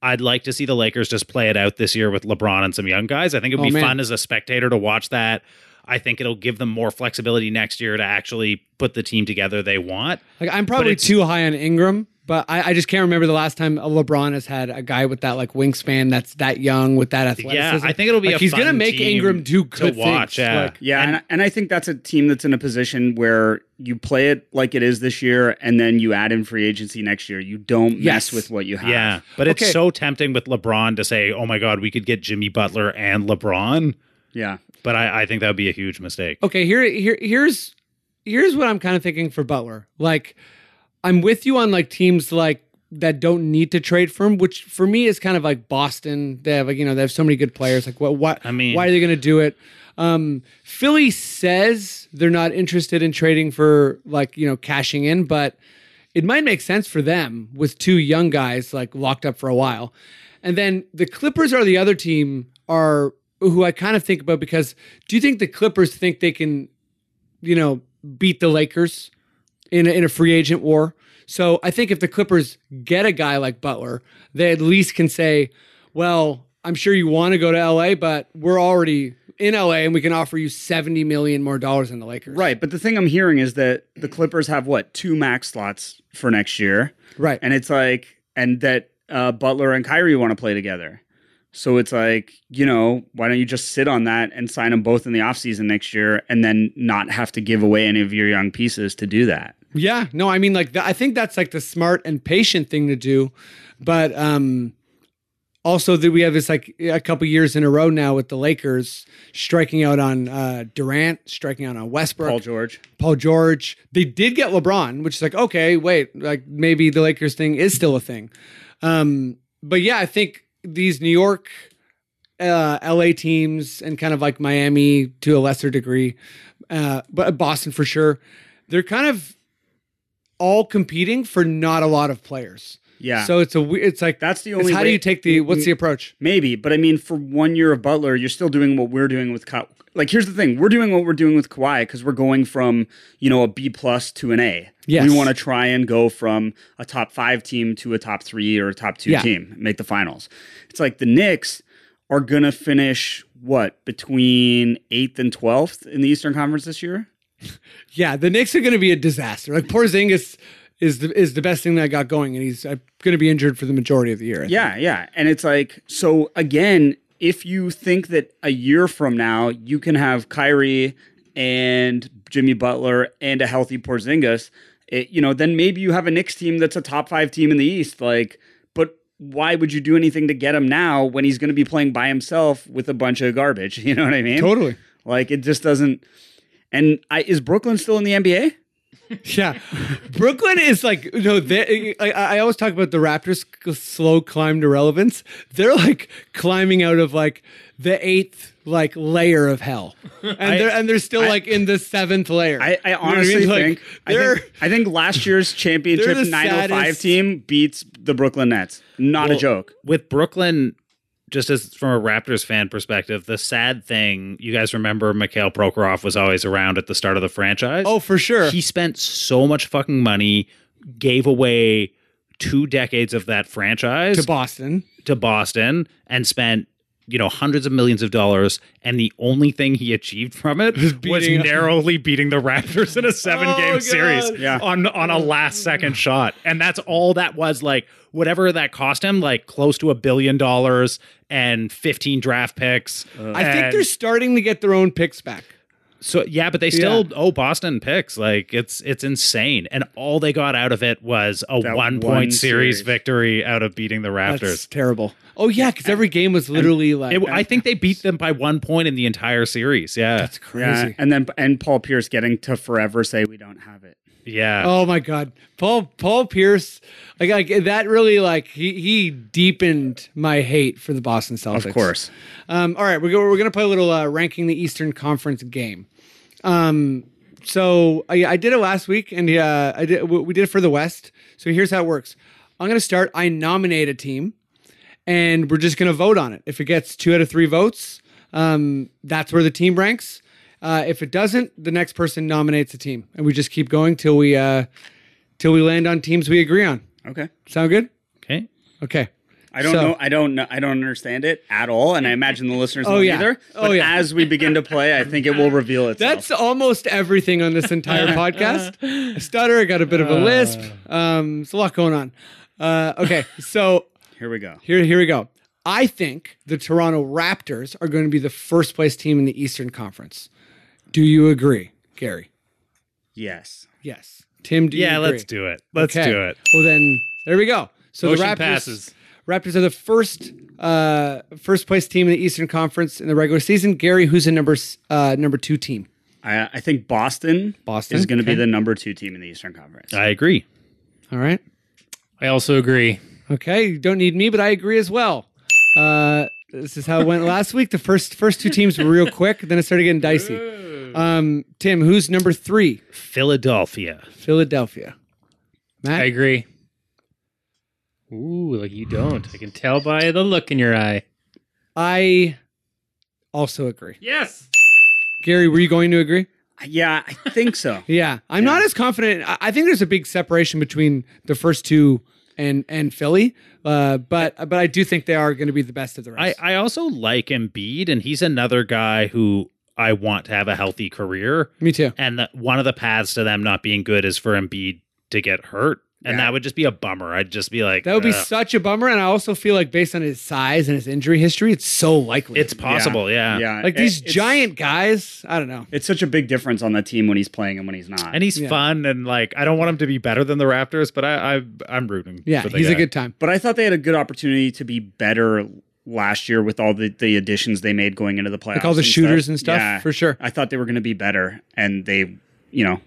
E: I'd like to see the Lakers just play it out this year with LeBron and some young guys. I think it'd
D: Oh,
E: be
D: man.
E: fun as a spectator to watch that. I think it'll give them more flexibility next year to actually put the team together they want.
D: Like I'm probably
E: it's-
D: too high on Ingram, but I, I just can't remember the last time a LeBron has had a guy with that like wingspan that's that young with that
E: Yeah,
D: athleticism.
E: I think it'll be
D: like,
E: a
D: he's
E: fun
D: gonna make
E: team
D: Ingram do good
E: to watch.
D: things.
E: Yeah.
D: Like,
F: Yeah, and, and I think that's a team that's in a position where you play it like it is this year, and then you add in free agency next year. You don't
D: Yes.
F: mess with what you have.
E: yeah, but it's
D: Okay.
E: so tempting with LeBron to say, "Oh my God, we could get Jimmy Butler and LeBron,"
F: yeah.
E: but I, I think that would be a huge mistake.
D: okay here here here's here's what i'm kind of thinking for butler like i'm with you on like teams like that don't need to trade for him which for me is kind of like boston they have like you know they have so many good players like what what
E: I mean-
D: why are they going to do it um philly says they're not interested in trading for like you know cashing in but it might make sense for them with two young guys like locked up for a while. And then the Clippers are the other team are who I kind of think about because do you think the Clippers think they can, you know, beat the Lakers in a, in a free agent war? So I think if the Clippers get a guy like Butler, they at least can say, well, I'm sure you want to go to LA, but we're already in LA and we can offer you 70 million more dollars than the Lakers.
F: Right. But the thing I'm hearing is that the Clippers have what two max slots for next year,
D: Right.
F: and it's like, and that uh, Butler and Kyrie want to play together. So it's like, you know, why don't you just sit on that and sign them both in the offseason next year and then not have to give away any of your young pieces to do that?
D: Yeah, no, I mean, like, th- I think that's like the smart and patient thing to do, but um, also that we have this like a couple years in a row now with the Lakers striking out on uh, Durant, striking out on Westbrook,
F: Paul George.
D: Paul George. They did get LeBron, which is like, okay, wait, like maybe the Lakers thing is still a thing. Um, but yeah, I think these New York, uh, LA teams and kind of like Miami to a lesser degree, uh, but Boston for sure, they're kind of all competing for not a lot of players.
F: Yeah.
D: So it's a we- it's like
F: That's the
D: it's
F: only
D: how do
F: way- Mm-hmm.
D: you take the what's the approach?
F: Maybe, but I mean, for one year of Butler, you're still doing what we're doing with Ka- like. Here's the thing: we're doing what we're doing with Kawhi because we're going from you know a B plus to an A.
D: Yes.
F: We want to try and go from a top five team to a top three or a top two
D: Yeah.
F: team, make the finals. It's like the Knicks are gonna finish what between eighth and twelfth in the Eastern Conference this year.
D: Yeah, the Knicks are going to be a disaster. Like Porzingis is the is the best thing that I got going, and he's uh, going to be injured for the majority of the year. I
F: Yeah, yeah. And it's like, so again, if you think that a year from now you can have Kyrie and Jimmy Butler and a healthy Porzingis, it, you know, then maybe you have a Knicks team that's a top five team in the East. Like, but why would you do anything to get him now when he's going to be playing by himself with a bunch of garbage? You know what I mean?
D: Totally.
F: Like, it just doesn't. And I, is Brooklyn still in the NBA?
D: Yeah, Brooklyn is like no. they- I, I always talk about the Raptors' c- slow climb to relevance. They're like climbing out of like the eighth like layer of hell, and they're and they're still like in the seventh layer.
F: I, I
D: You know what
F: honestly
D: mean? Like,
F: think, I
D: they're
F: think I think last year's championship
D: They're the
F: 905
D: saddest-
F: team beats the Brooklyn Nets. Not a
E: Well,
F: joke.
E: With Brooklyn, just as from a Raptors fan perspective, the sad thing you guys remember, Mikhail Prokhorov was always around at the start of the franchise.
D: oh for sure.
E: He spent so much fucking money, gave away two decades of that franchise
D: to Boston.
E: to Boston and spent you know hundreds of millions of dollars and the only thing he achieved from it was,
D: beating-
E: narrowly beating the Raptors in a 7
D: Oh,
E: game
D: God.
E: series
F: Yeah.
E: on on a last second shot and that's all that was like whatever that cost him like close to a billion dollars and 15 draft picks
D: I think
E: And
D: they're starting to get their own picks back.
E: so yeah but they still owe Boston picks like it's it's insane and all they got out of it was a
F: That
E: one
F: one
E: point series.
F: series.
E: victory out of beating the Raptors
D: That's terrible. Oh yeah, because every game was literally like
E: It, I think they beat them by one point in the entire series. Yeah,
D: that's crazy.
F: Yeah. And then and Paul Pierce getting to forever say we don't have it.
E: yeah.
D: Oh my God, Paul Paul Pierce, like, like that really like he he deepened my hate for the Boston Celtics.
F: Of course.
D: Um, all right, we're go, we're gonna play a little uh, ranking the Eastern Conference game. Um, so I, I did it last week, and uh, I did we we did it for the West. So here's how it works. I'm gonna start. I nominate a team, and we're just gonna vote on it. If it gets two out of three votes, um, that's where the team ranks. Uh, if it doesn't, the next person nominates a team, and we just keep going till we uh, till we land on teams we agree on.
F: Okay.
D: Sound good?
E: Okay.
D: Okay.
F: I don't
D: So-
F: know. I don't know. I don't understand it at all, and I imagine the listeners
D: Oh,
F: don't
D: yeah.
F: either.
D: Oh,
F: But
D: yeah.
F: as we begin to play, I think it will reveal itself.
D: That's almost everything on this entire podcast. I stutter. I got a bit of a
E: Uh.
D: lisp. Um, there's a lot going on. Uh, okay, so
F: here we go.
D: here, here we go. I think the Toronto Raptors are going to be the first place team in the Eastern Conference. Do you agree, Gary?
F: Yes.
D: Yes. Tim, do
E: Yeah,
D: you agree?
E: let's do it. Let's
D: Okay.
E: do it.
D: Well, then there we go. So the
C: Motion
D: Raptors,
C: passes.
D: Raptors are the first uh, first place team in the Eastern Conference in the regular season. Gary, who's the number s- uh, number two team?
F: I, I think Boston,
D: Boston,
F: is going to
D: okay. Uh,
F: be the number two team in the Eastern Conference.
E: I agree.
D: All right.
C: I also agree.
D: Okay, you don't need me, but I agree as well. Uh, this is how it went last week. The first first two teams were real quick, then it started getting dicey. Um, Tim, who's number three?
E: Philadelphia.
D: Philadelphia.
C: I
D: Matt,
C: agree. Ooh, like you don't. I can tell by the look in your eye.
D: I also agree.
C: Yes.
D: Gary, were you going to agree?
F: yeah, I think so.
D: Yeah, I'm not as confident. I, I think there's a big separation between the first two and and Philly, uh, but but I do think they are going to be the best of the
E: I,
D: rest.
E: I also like Embiid, and he's another guy who I want to have a healthy career.
D: me too.
E: And the, one of the paths to them not being good is for Embiid to get hurt. and that would just be a bummer. I'd just be like,
D: That would be
E: "Ugh."
D: such a bummer. And I also feel like based on his size and his injury history, it's so likely.
E: it's possible, yeah.
F: yeah.
D: like
F: it-
D: these
F: Uh, it's-
D: giant guys. I don't know.
F: It's such a big difference on the team when he's playing and when he's not.
E: And he's
D: Yeah.
E: fun, and like I don't want him to be better than the Raptors, but I, I I'm rooting.
D: Yeah,
E: for the
D: he's
E: guy.
D: a good time.
F: but I thought they had a good opportunity to be better last year with all the, the additions they made going into the playoffs.
D: Like all the
F: and
D: shooters and stuff,
F: Yeah.
D: for sure.
F: I thought they were going to be better, and they, you know,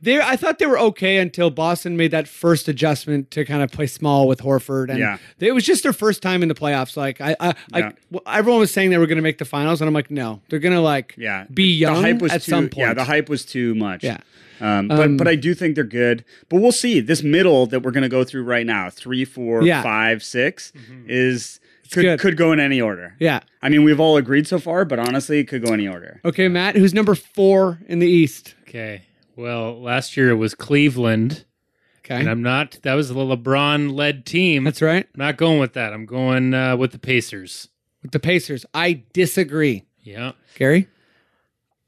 D: They, I thought they were okay until Boston made that first adjustment to kind of play small with Horford, and
F: Yeah.
D: it was just their first time in the playoffs. Like I, I,
F: Yeah.
D: I well, everyone was saying they were going to make the finals, and I'm like, no, they're going to like
F: yeah,
D: be young
F: The hype was
D: at
F: too,
D: some point.
F: Yeah, the hype was too much.
D: Yeah.
F: Um, but
D: Um,
F: but I do think they're good. But we'll see. This middle that we're going to go through right now, three, four,
D: Yeah. Mm-hmm.
F: five, six, is could,
D: good.
F: could go in any order.
D: Yeah.
F: I mean, we've all agreed so far, but honestly, it could go any order.
D: Okay, Matt, who's number four in the East?
C: Okay. Well, last year it was Cleveland,
D: Okay,
C: and I'm not. That was the LeBron led team.
D: that's right.
C: I'm not going with that. I'm going uh, with the Pacers.
D: With the Pacers, I disagree.
C: Yeah.
D: Gary,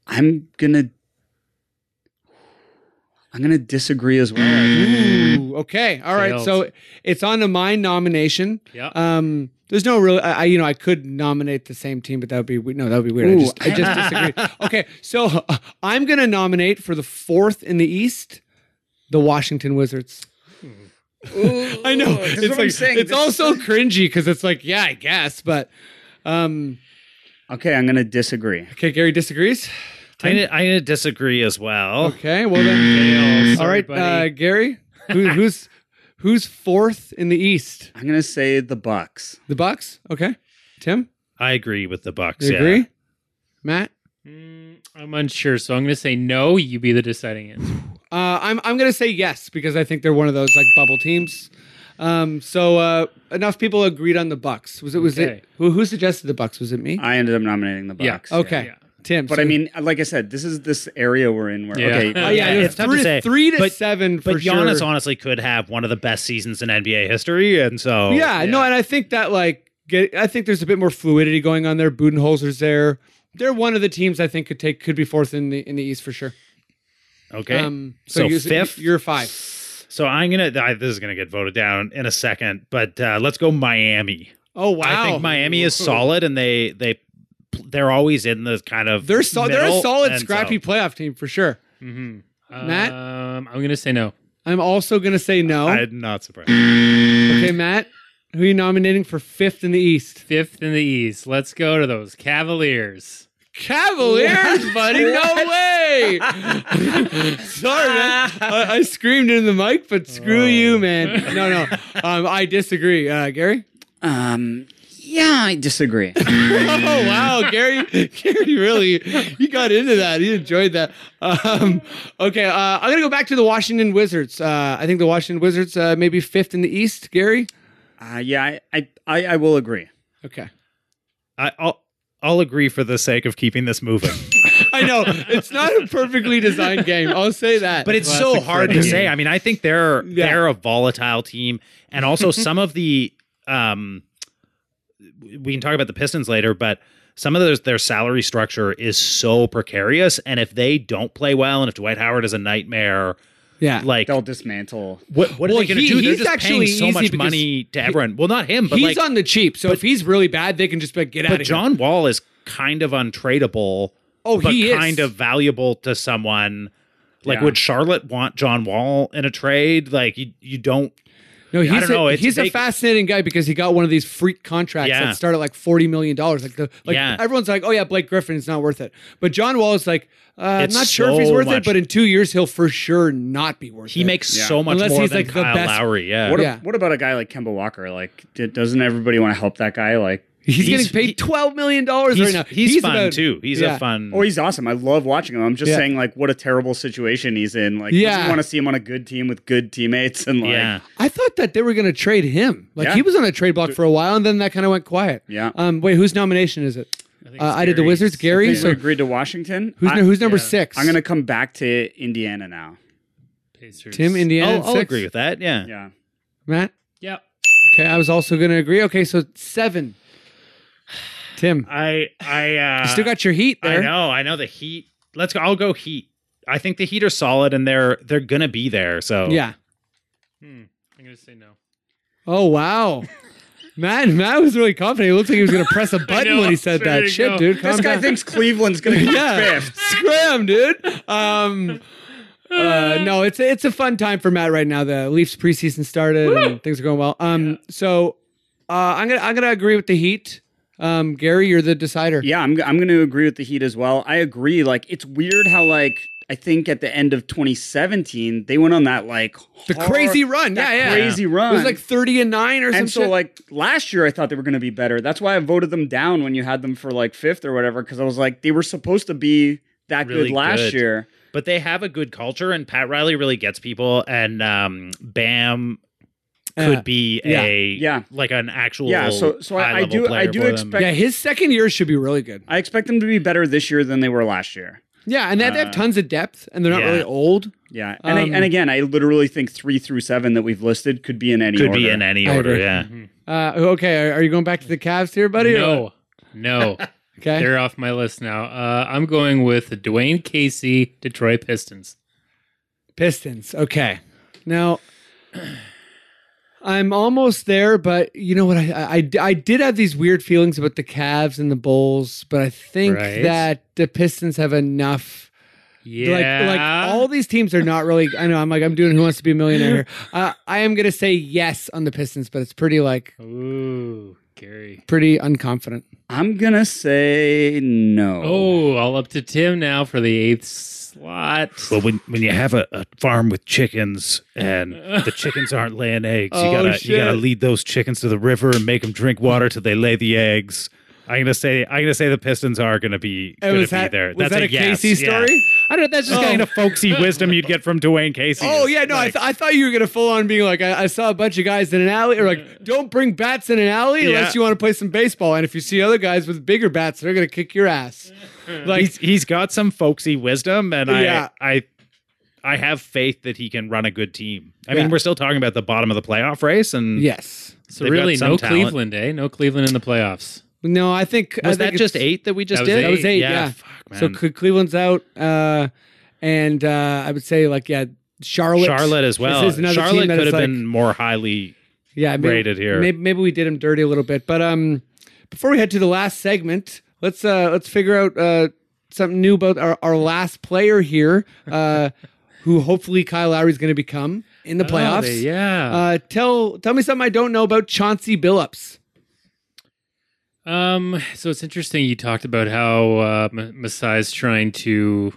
F: I'm gonna I'm gonna disagree as well.
D: Mm. Ooh, okay, all right.
C: Failed.
D: So it's on to my nomination.
C: Yeah.
D: Um, there's no real. I, I you know I could nominate the same team, but that would be we- no, that would be weird. I
F: Ooh,
D: just I just disagree. okay, so uh, I'm gonna nominate for the fourth in the East, the Washington Wizards. I know
F: this is
D: it's
F: what I'm
D: like
F: saying.
D: it's
F: This is-
D: also cringy because it's like yeah, I guess, but um,
F: okay, I'm gonna disagree.
D: okay, Gary disagrees.
E: I, I disagree as well.
D: Okay, well then, all
C: Sorry,
D: right, uh,
C: buddy.
D: Gary, who, who's who's fourth in the East?
F: I'm gonna say the Bucks.
D: The Bucks. Okay, Tim,
E: I agree with the Bucks.
D: you
E: yeah.
D: agree? Matt.
C: Mm, I'm unsure, so I'm going to say no. You be the deciding answer.
D: Uh, I'm I'm gonna say yes because I think they're one of those like bubble teams. Um, so uh, enough people agreed on the Bucks. Was it was
C: Okay.
D: it who, who suggested the Bucks? Was it me?
F: I ended up nominating the
C: Yeah.
F: Bucks.
D: okay,
C: yeah.
D: Tim.
F: But
D: so-
F: I mean, like I said, this is this area we're in where
C: Yeah.
F: okay,
D: oh, yeah,
E: yeah,
D: it was
E: it's tough to
D: three,
E: say,
D: three to
E: but-
D: seven for
E: But Giannis
D: sure.
E: honestly could have one of the best seasons in NBA history, and so
D: yeah, no,
C: yeah.
D: and I think that like get, I think there's a bit more fluidity going on there. Budenholzer's there. They're one of the teams I think could take could be fourth in the in the East for sure.
E: Okay,
D: Um, so,
E: So
D: you,
E: fifth?
D: you're five.
E: so I'm gonna. I, this is gonna get voted down in a second, but uh, let's go Miami.
D: Oh wow,
E: I think Miami is solid, and they they they're always in the kind of
D: They're so, they're a
E: middle,
D: solid
E: and so-
D: scrappy playoff team for sure.
C: Mm-hmm.
D: Matt?
C: Um, I'm going to say no.
D: I'm also gonna say no.
E: I'm not surprised.
D: Okay, Matt, who are you nominating for fifth in the East?
C: Fifth in the East. Let's go to those Cavaliers.
D: Cavaliers, buddy. No way. Sorry, man. I, I screamed in the mic, but screw
E: Oh.
D: you, man. No, no. Um, I disagree. Uh, Gary?
F: um yeah, I disagree.
D: Oh, wow. Gary, Gary really, he got into that. He enjoyed that. Um, okay, uh, I'm going to go back to the Washington Wizards. Uh, I think the Washington Wizards uh, maybe fifth in the East. Gary?
F: uh, yeah, I, I I I will agree.
D: Okay.
E: I, I'll I'll agree for the sake of keeping this moving.
D: I know. It's not a perfectly designed game. I'll say that.
E: but it's so
C: Classic
E: hard to
C: Freddy.
E: say. I mean, I think they're
D: Yeah.
E: they're a volatile team, and also some of the um, we can talk about the Pistons later, but some of those their salary structure is so precarious, and if they don't play well, and if Dwight Howard is a nightmare,
D: yeah.
E: like.
F: They'll dismantle.
E: What, what are
D: Well,
E: they going to
D: he-
E: do? They're
D: he's
E: just
D: actually
E: paying so
D: easy
E: much
D: because
E: money to everyone. Well, not him, but
D: he's
E: like,
D: on the cheap. So if he's really bad, they can just be like, get out of
E: but
D: here.
E: John Wall is kind of untradeable.
D: Oh,
E: but
D: he is.
E: kind of valuable to someone. Like,
F: Yeah.
E: would Charlotte want John Wall in a trade? Like, you you don't.
D: no, he's
E: I don't know,
D: a,
E: it's-
D: he's a
E: they-
D: fascinating guy because he got one of these freak contracts
E: Yeah.
D: that start at like forty million dollars. Like the like
E: Yeah.
D: everyone's like, oh yeah, Blake Griffin is not worth it. But John Wall is like, uh, I'm
E: It's
D: not sure if he's
E: so
D: worth it,
E: much-
D: but in two years he'll for sure not be worth it.
E: He makes
F: Yeah.
E: so much
D: Unless
E: more
D: he's,
E: than
D: like, the
E: Kyle
D: best-
E: Lowry. Yeah.
F: What, a-
D: Yeah.
F: what about a guy like Kemba Walker? Like, d- doesn't everybody want to help that guy? Like,
D: he's,
E: he's-
D: getting paid twelve million dollars right
E: he's,
D: now.
E: he's, fun
D: about-
E: too. He's
D: yeah.
E: a fun.
F: Oh, he's awesome. I love watching him. I'm just
D: Hmm. Yeah.
F: saying, like, what a terrible situation he's in. Like,
D: Yeah.
F: you want to see him on a good team with good teammates and like,
E: yeah.
D: I thought that they were going to trade him. Like
F: Yeah.
D: he was on a trade block for a while, and then that kind of went quiet.
F: Yeah.
D: Um. Wait, whose nomination is it?
C: I, think
D: Uh,
C: it's
D: I did the
C: Gary's.
D: Wizards, Gary.
F: Think we
D: So
F: agreed to Washington.
D: who's
F: I,
D: who's number
C: yeah.
D: six?
F: I'm gonna come back to Indiana now.
C: Pacers.
D: Tim Indiana.
E: I'll,
D: at
E: I'll
D: six.
E: agree with that. Yeah.
F: Yeah,
D: Matt.
C: Yep.
D: Okay, I was also going to agree. Okay, so seven. Tim,
E: I I uh,
D: you still got your heat
E: I
D: there.
E: know. I know the Heat. Let's go. I'll go Heat. I think the Heat are solid and they're they're gonna be there. So
D: Yeah.
C: I'm gonna say no.
D: Oh wow. Matt, Matt was really confident. He looked like he was going to press a button
C: know,
D: when he said
C: there
D: that.
C: you
D: Shit,
C: go.
D: dude. Calm
F: This guy
D: down.
F: thinks Cleveland's gonna be
D: yeah.
F: fifth.
D: Scram, dude. Um, uh, no, it's a, it's a fun time for Matt right now. The Leafs preseason started and things are going well. Um, so uh, I'm gonna I'm gonna agree with the Heat. Um, Gary, you're the decider.
F: Yeah, I'm I'm going to agree with the Heat as well. I agree. Like it's weird how like I think at the end of 2017 they went on that like
D: The
F: hard-
D: crazy run.
F: that
D: Yeah, yeah.
F: crazy
D: It
F: run.
D: was like 30 and nine or something.
F: and so like last year I thought they were going to be better. That's why I voted them down when you had them for like fifth or whatever because I was like they were supposed to be that
E: Really
F: good last
E: good.
F: year.
E: but they have a good culture, and Pat Riley really gets people. And um, Bam could
D: Yeah.
E: be
D: Yeah.
E: a
F: Yeah.
E: like an actual
F: Yeah, so- so I- I
E: high-level
F: do- I
E: player
F: do
E: for them.
F: expect-
D: yeah, his second year should be really good.
F: I expect them to be better this year than they were last year.
D: Yeah, and they, they have tons of depth, and they're not
E: yeah.
D: really old.
F: Yeah, and I,
D: Um,
F: and again I literally think three through seven that we've listed could be in any
E: could
F: order.
E: be in any
D: I
E: order.
D: agree.
E: Yeah,
D: Uh, okay, are, are you going back to the Cavs here, buddy?
C: No, no,
D: Okay.
C: they're off my list now. Uh, I'm going with Dwayne Casey, Detroit Pistons.
D: Pistons. Okay. Now, I'm almost there, but you know what? I, I, I did have these weird feelings about the Cavs and the Bulls, but I think
C: Right.
D: that the Pistons have enough.
C: Yeah,
D: Like, like all these teams are not really. I know. I'm like, I'm doing Who Wants to Be a Millionaire. here. Uh, I am gonna say yes on the Pistons, but it's pretty like
C: Ooh, Gary.
D: pretty unconfident.
F: I'm gonna say no.
C: Oh, all up to Tim now for the eighth slot.
E: Well, when when you have a, a farm with chickens and the chickens aren't laying eggs,
D: Oh,
E: you gotta you
D: shit.
E: gotta lead those chickens to the river and make them drink water till they lay the eggs. I'm gonna say I'm gonna say the Pistons are gonna be
D: Oh,
E: gonna
D: was
E: be
D: that-
E: there.
D: was
E: that's
D: that
E: a,
D: a
E: yes,
D: Casey
E: yeah.
D: story?
E: I don't. That's just kind of folksy wisdom you'd get from Dwayne Casey.
D: Oh yeah, no, I, th- I thought you were gonna full on being like, I, I saw a bunch of guys in an alley, or like, don't bring bats in an alley
E: Yeah.
D: unless you want to play some baseball. And if you see other guys with bigger bats, they're gonna kick your ass. Like,
E: he's he's got some folksy wisdom, and
D: Yeah.
E: I I I have faith that he can run a good team. I
D: Yeah.
E: mean, we're still talking about the bottom of the playoff race, and
D: yes,
C: so
E: they've got
C: really,
E: some
C: no
E: talent.
C: Cleveland, eh? No Cleveland in the playoffs.
D: no, I think I
E: was
D: think
E: that just
D: it's-
E: eight that we just
C: That was
E: did?
C: eight. That was
D: eight, yeah.
E: Fuck, man.
D: So Cle- Cleveland's out, uh, and uh, I would say like, yeah, Charlotte,
E: Charlotte as
D: is-
E: well.
D: is another
E: Charlotte
D: team that
E: could
D: is,
E: have
D: like-
E: been more highly.
D: yeah, maybe,
E: rated here.
D: Maybe, maybe we did him dirty a little bit, but um, before we head to the last segment, let's uh let's figure out uh something new about our, our last player here, uh, who hopefully Kyle Lowry's going to become in the playoffs.
C: Oh, they- yeah.
D: Uh, tell tell me something I don't know about Chauncey Billups.
C: um. So it's interesting you talked about how uh, M- Masai's trying to.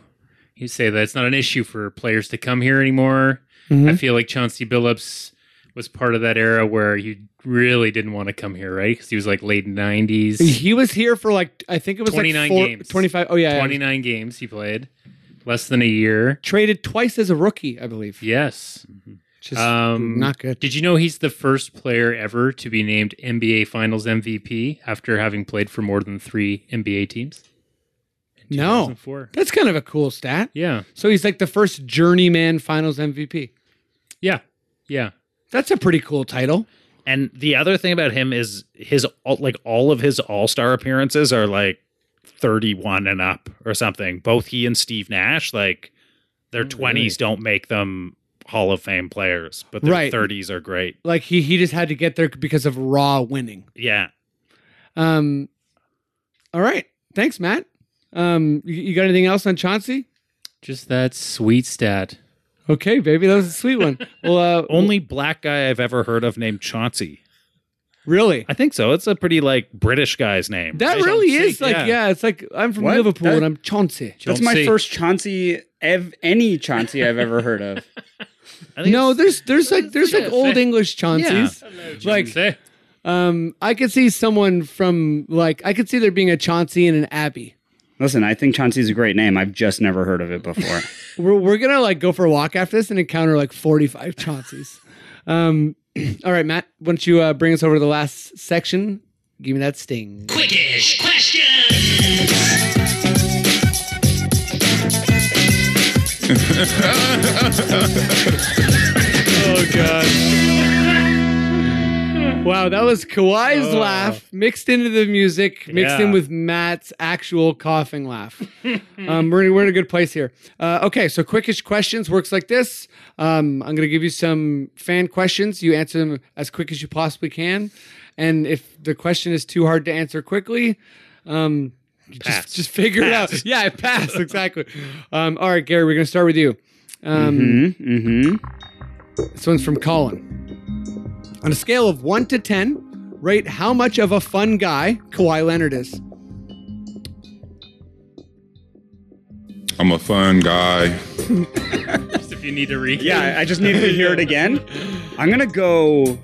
C: You say that it's not an issue for players to come here anymore.
E: Mm-hmm.
C: I feel like Chauncey Billups was part of that era where he really didn't want to come here, right? Because he was like late nineties,
D: He was here for like I think it was
C: 29
D: like four,
C: games.
D: 25 Oh yeah, yeah.
C: twenty nine games he played, less than a year.
D: traded twice as a rookie, I believe.
C: Yes.
D: Just
C: Um,
D: not good.
C: Did you know he's the first player ever to be named NBA Finals MVP after having played for more than three NBA teams?
D: No,
C: 2004.
D: that's kind of a cool stat.
C: Yeah.
D: So he's like the first journeyman Finals MVP.
C: Yeah. Yeah.
D: That's a pretty cool title.
E: And the other thing about him is his all- like all of his All Star appearances are like thirty one and up or something. Both he and Steve Nash, like
D: Oh,
E: their twenties, don't make them Hall of Fame players, but their
D: Right.
E: thirties are great.
D: Like he he just had to get there because of raw winning.
E: Yeah,
D: Um, all right, thanks, Matt. Um, you, you got anything else on Chauncey?
C: Just that sweet stat.
D: Okay, baby, that was a sweet one. Well, uh,
E: only black guy I've ever heard of named Chauncey.
D: really,
E: I think so. It's a pretty like British guy's name.
D: That
E: right?
D: really
E: Chauncey,
D: is like, yeah. it's like I'm from
F: What?
D: Liverpool
F: That-
D: and I'm Chauncey.
F: That's
C: Don't
F: my
C: say-
F: first Chauncey, ev- any Chauncey I've ever heard of.
E: I think
D: No, there's
E: it's-
D: there's like there's like old English Chaunceys. Like
C: Say.
D: um, I could see someone from like I could see there being a Chauncey and an Abbey.
F: Listen, I think Chauncey's a great name. I've just never heard of it before.
D: We're we're gonna like go for a walk after this and encounter like 45 Chaunceys. um, all right, Matt, why don't you uh, bring us over to the last section? Give me that sting.
B: Quickish question.
C: Oh, God.
D: Wow, that was Kawhi's
C: Oh.
D: laugh mixed into the music, mixed in
E: Yeah.
D: with Matt's actual coughing laugh. um, we're, we're in a good place here. Uh, okay, so quickish questions works like this. Um, I'm going to give you some fan questions. You answer them as quick as you possibly can. And if the question is too hard to answer quickly, um, you
C: Pass.
D: just, just figure it out. Yeah, it passed. Exactly. Um, all right, Gary, we're going to start with you. Um,
F: Mm-hmm.
D: this one's from Colin. On a scale of one to ten, rate how much of a fun guy Kawhi Leonard is.
G: I'm a fun guy.
C: Just if you need to read.
F: Yeah, I just need to hear it again. I'm gonna go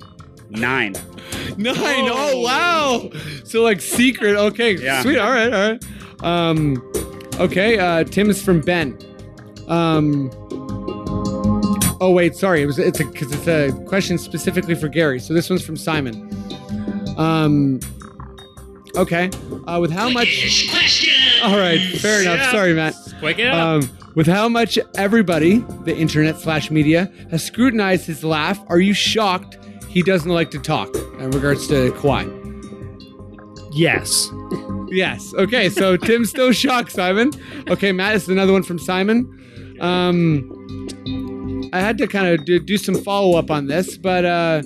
F: nine.
D: Nine. Oh wow. So like secret. Okay.
F: Yeah.
D: Sweet. All right. All right. Um, okay. Uh, Tim is from Ben. Um. Oh wait, sorry. It was it's a because it's a question specifically for Gary. So this one's from Simon. Um. Okay. Uh, with how much?
B: Quickish question.
D: All right. Fair enough. Sorry, Matt.
C: Quick it up.
D: Um, with how much everybody, the internet slash media, has scrutinized his laugh, are you shocked he doesn't like to talk in regards to Kawhi?
E: Yes.
D: Yes. Okay, so Tim's still shocked, Simon. Okay, Matt, this is another one from Simon. Um, I had to kind of do, do some follow up on this, but uh,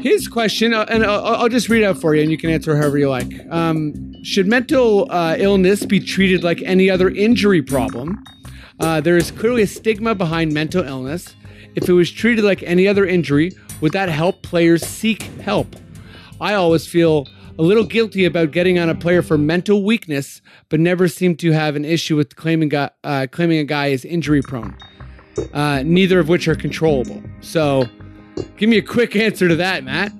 D: his question, uh, and I'll, I'll just read it out for you, and you can answer however you like. Um, should mental uh, illness be treated like any other injury problem? Uh, there is clearly a stigma behind mental illness. If it was treated like any other injury, would that help players seek help? I always feel a little guilty about getting on a player for mental weakness, but never seem to have an issue with claiming, gu- uh, claiming a guy is injury prone, uh, neither of which are controllable. So give me a quick answer to that, Matt.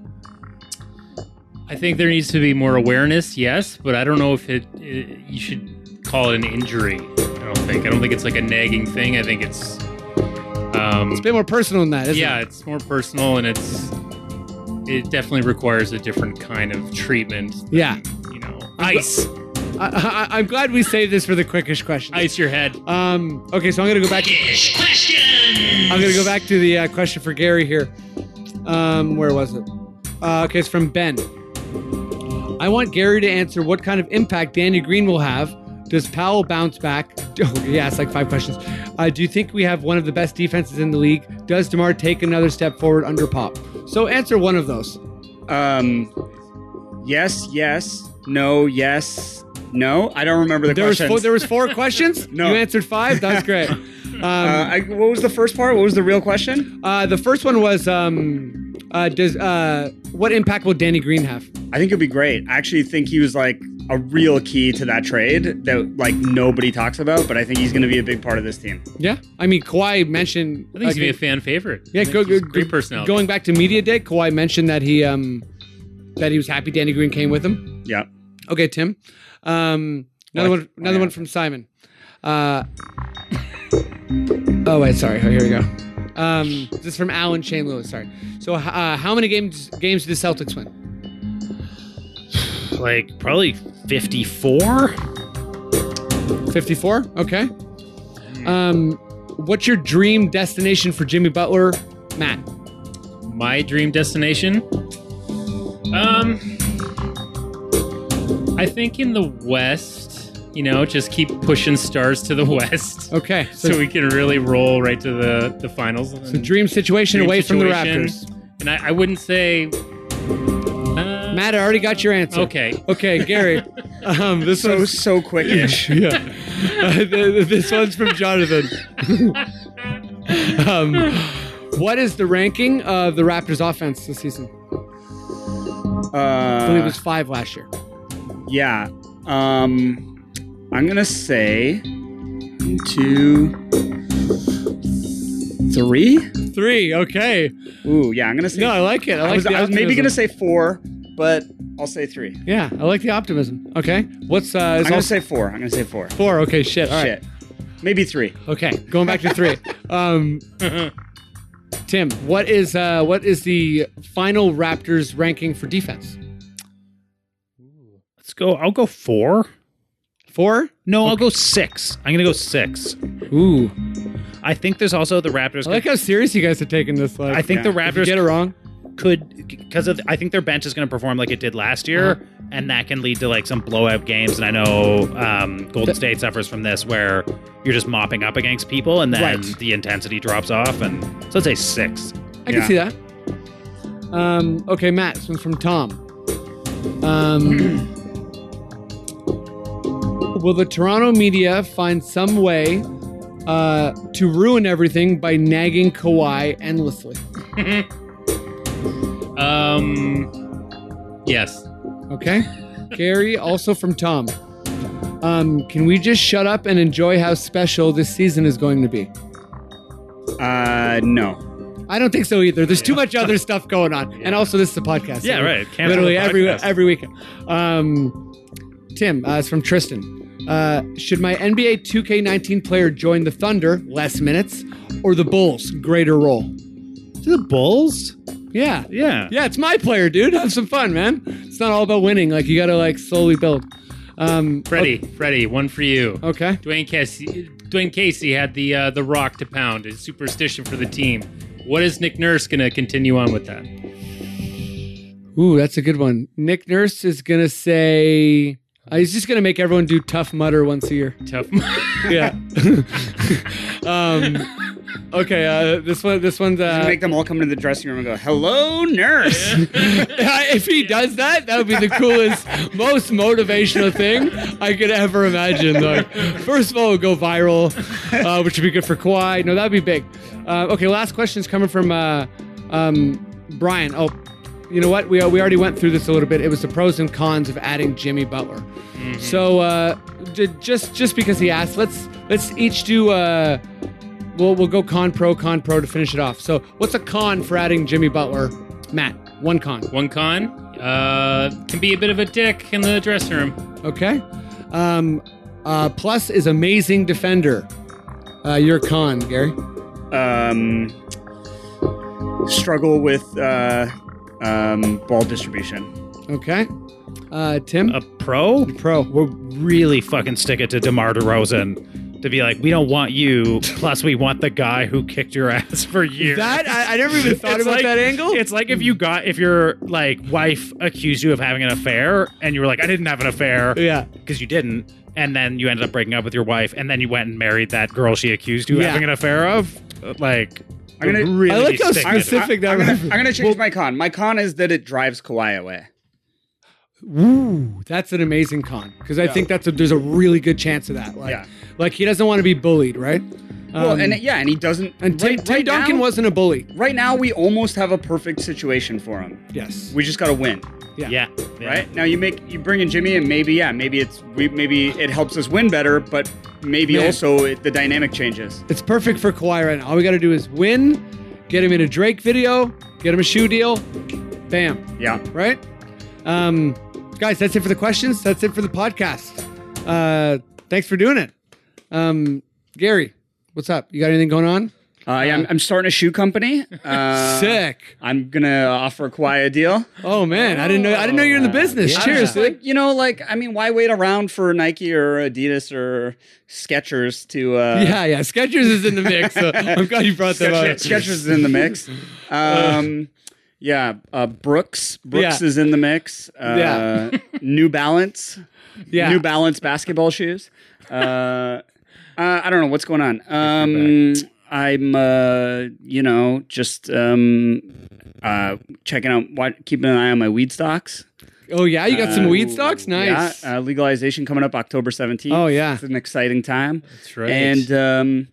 C: I think there needs to be more awareness, yes, but I don't know if it, it you should call it an injury. I don't think. I don't think it's like a nagging thing. I think it's um
D: It's a bit more personal than that, isn't
C: yeah,
D: it?
C: it's more personal and it's it definitely requires a different kind of treatment. than,
D: Yeah.
C: You know, ice.
D: I, I, I'm glad we saved this for the quickish question.
C: Ice your head.
D: Um, okay, so I'm going to go back.
B: Quickish question.
D: I'm gonna go back to the uh, question for Gary here. Um, where was it? Uh, okay, it's from Ben. I want Gary to answer what kind of impact Danny Green will have. Does Powell bounce back? Oh, yeah, it's like five questions. Uh, do you think we have one of the best defenses in the league? Does Demar take another step forward under Pop? So answer one of those.
F: Um, yes, yes, no, yes, no. I don't remember the
D: there was
F: questions.
D: four, there was four questions.
F: No.
D: You answered five. That's great.
F: uh,
D: Um,
F: I, what was the first part? What was the real question?
D: uh, the first one was um, uh, does uh, what impact will Danny Green have?
F: I think it'd be great. I actually think he was like a real key to that trade that like nobody talks about, but I think he's going to be a big part of this team.
D: Yeah, I mean Kawhi mentioned.
C: I think he's
D: okay,
C: gonna be a fan favorite. I
D: yeah,
C: think
D: go,
C: he's
D: go,
C: a great
D: go-
C: personality.
D: Going back to media day, Kawhi mentioned that he um that he was happy Danny Green came with him.
F: Yeah.
D: Okay, Tim. Um, another
C: Oh,
F: Why-
D: one. Another
F: why
D: one
F: not?
D: from Simon. Uh, oh wait, sorry. Oh, here we go. Um, this is from Alan Shane Lewis. Sorry. So, uh, how many games games did the Celtics win?
E: Like probably 54?
D: Fifty four. Okay.
C: Hmm.
D: Um, what's your dream destination for Jimmy Butler, Matt?
C: my dream destination um i think in the west you know just keep pushing stars to the west
D: Okay.
C: so we can really roll right to the the finals
D: So dream situation
C: Dream
D: away from the
C: situation.
D: Raptors.
C: and I, I wouldn't say uh,
D: Matt, I already got your answer.
C: okay
D: Okay, Gary. um, this
F: So
D: one's
F: so quickish.
D: yeah. Uh, th- th- this one's from Jonathan. um, what is the ranking of the Raptors offense this season? I believe it
F: Uh,
D: was five last year.
F: yeah. Um, I'm going to say one, two, three.
D: Three. Okay.
F: Ooh, yeah. I'm going to say
D: No, I like it. I
F: I
D: like
F: was,
D: the
F: I was maybe
D: optimism.
F: gonna say four, but I'll say three.
D: Yeah, I like the optimism. Okay. What's uh?
F: I'm
D: It's
F: gonna
D: all
F: say four. I'm gonna say four.
D: four. Okay. Shit. All right.
F: Shit, maybe three.
D: Okay, going back to three. Um, Tim, what is uh, what is the final Raptors ranking for defense?
E: Let's go. I'll go four.
D: Four.
E: No, I'll go six. I'm going to go six.
D: Ooh,
E: I think there's also the Raptors.
D: I like how serious you guys are taking this. Like,
E: I think
F: Yeah.
E: the
D: if you
E: Raptors.
D: get it wrong.
E: could because I think their bench is going to perform like it did last year,
D: Uh-huh.
E: and that can lead to like some blowout games. And I know um, Golden State suffers from this where you're just mopping up against people, and then
D: Right.
E: the intensity drops off. And so I'd say six.
D: I can see that. Um, okay, Matt. This one's from Tom. Um, will the Toronto media find some way uh, to ruin everything by nagging Kawhi endlessly?
C: Um, yes.
D: Okay. Gary, also from Tom. Um, can we just shut up and enjoy how special this season is going to be?
F: Uh, no.
D: I don't think so either. There's too much other stuff going on, and also this is a podcast. so
E: Yeah, right. Cancel
D: literally
E: the
D: every
E: podcast.
D: every weekend. Um, Tim, uh, it's from Tristan. Uh, should my NBA 2K19 player join the Thunder, less minutes, or the Bulls, greater role?
E: To the Bulls.
D: Yeah,
E: Yeah.
D: yeah, it's my player, dude. Have some fun, man. It's not all about winning. Like you got to like slowly build. Um,
C: Freddie, Freddie, one for you.
D: okay.
C: Dwayne Casey, Dwayne Casey had the uh, the rock to pound, a superstition for the team. What is Nick Nurse going to continue on with that?
D: Ooh, that's a good one. Nick Nurse is gonna say uh, he's just gonna make everyone do tough mutter once a year.
C: Tough.
D: Yeah. um, okay. Uh, this one. This one's.
F: Just
D: Uh,
F: make them all come into the dressing room and go, "Hello, nurse."
D: if he does that, that would be the coolest, most motivational thing I could ever imagine. Like, first of all, it would go viral, uh, which would be good for Kawhi. No, that'd be big. Uh, okay. Last question is coming from uh, um, Brian. Oh. You know what? We, uh, we already went through this a little bit. It was the pros and cons of adding Jimmy Butler. So uh, j- just just because he asked, let's let's each do. Uh, we'll we'll go con pro con pro to finish it off. So what's a con for adding Jimmy Butler? Matt, one con.
C: One con uh, can be a bit of a dick in the dressing room.
D: Okay. Um, uh, plus is amazing defender. Uh, your con, Gary.
F: um, struggle with uh, um, ball distribution.
D: Okay. Uh, Tim.
E: A pro.
D: pro.
E: We'll really fucking stick it to DeMar DeRozan to be like, we don't want you. Plus, we want the guy who kicked your ass for years.
D: That I, I never even thought
E: It's
D: about
E: like-
D: that angle.
E: It's like if you got if your like wife accused you of having an affair and you were like, I didn't have an affair
D: yeah.
E: because you didn't, and then you ended up breaking up with your wife, and then you went and married that girl she accused you of
D: Yeah.
E: having an affair of. Like,
F: I'm gonna-
E: really
D: I like how
E: stick it to-
D: specific that
F: I'm gonna, I'm
D: was.
F: gonna change my con. My con is that it drives Kawhi away.
D: Ooh, that's an amazing con because I think that's a, there's a really good chance of that. Like,
F: Yeah.
D: like he doesn't want to be bullied, right?
F: Well,
D: Um,
F: and it- yeah, and he doesn't.
D: and Tim,
F: right,
D: Tim
F: right
D: Duncan
F: now,
D: wasn't a bully.
F: Right now, we almost have a perfect situation for him.
D: Yes.
F: We just got to win,
E: Yeah, yeah.
F: right? Now you make you bring in Jimmy, and maybe yeah, maybe it's we maybe it helps us win better, but maybe
D: Man.
F: also it, the dynamic changes.
D: It's perfect for Kawhi right now. All we got to do is win, get him in a Drake video, get him a shoe deal, bam,
F: Yeah.
D: right? Um, guys, that's it for the questions. That's it for the podcast. Uh, thanks for doing it. Um, Gary, what's up? You got anything going on?
F: Uh, yeah, I'm, I'm starting a shoe company. Uh,
D: Sick.
F: I'm gonna offer Kawhi a deal.
D: Oh man, I didn't know. I didn't know you're in the
F: Oh.
D: business.
F: I'm
D: Cheers,
F: just
D: dude.
F: like you know, like I mean, why wait around for Nike or Adidas or Skechers to? Uh,
D: Yeah, yeah. Skechers is in the mix. So I'm glad you brought that up.
F: Skechers is in the mix. Um, yeah, uh, Brooks. Brooks
D: Yeah.
F: is in the mix. Uh, New Balance.
D: Yeah.
F: New Balance basketball shoes. Uh, uh, I don't know what's going on. Um, I'm, uh, you know, just um, uh, checking out, wa- keeping an eye on my weed stocks.
D: Oh yeah, you got some
F: Uh,
D: weed stocks. Nice.
F: Yeah, uh, legalization coming up October 17th.
D: Oh, yeah.
F: It's an exciting time.
C: That's right.
F: And, um,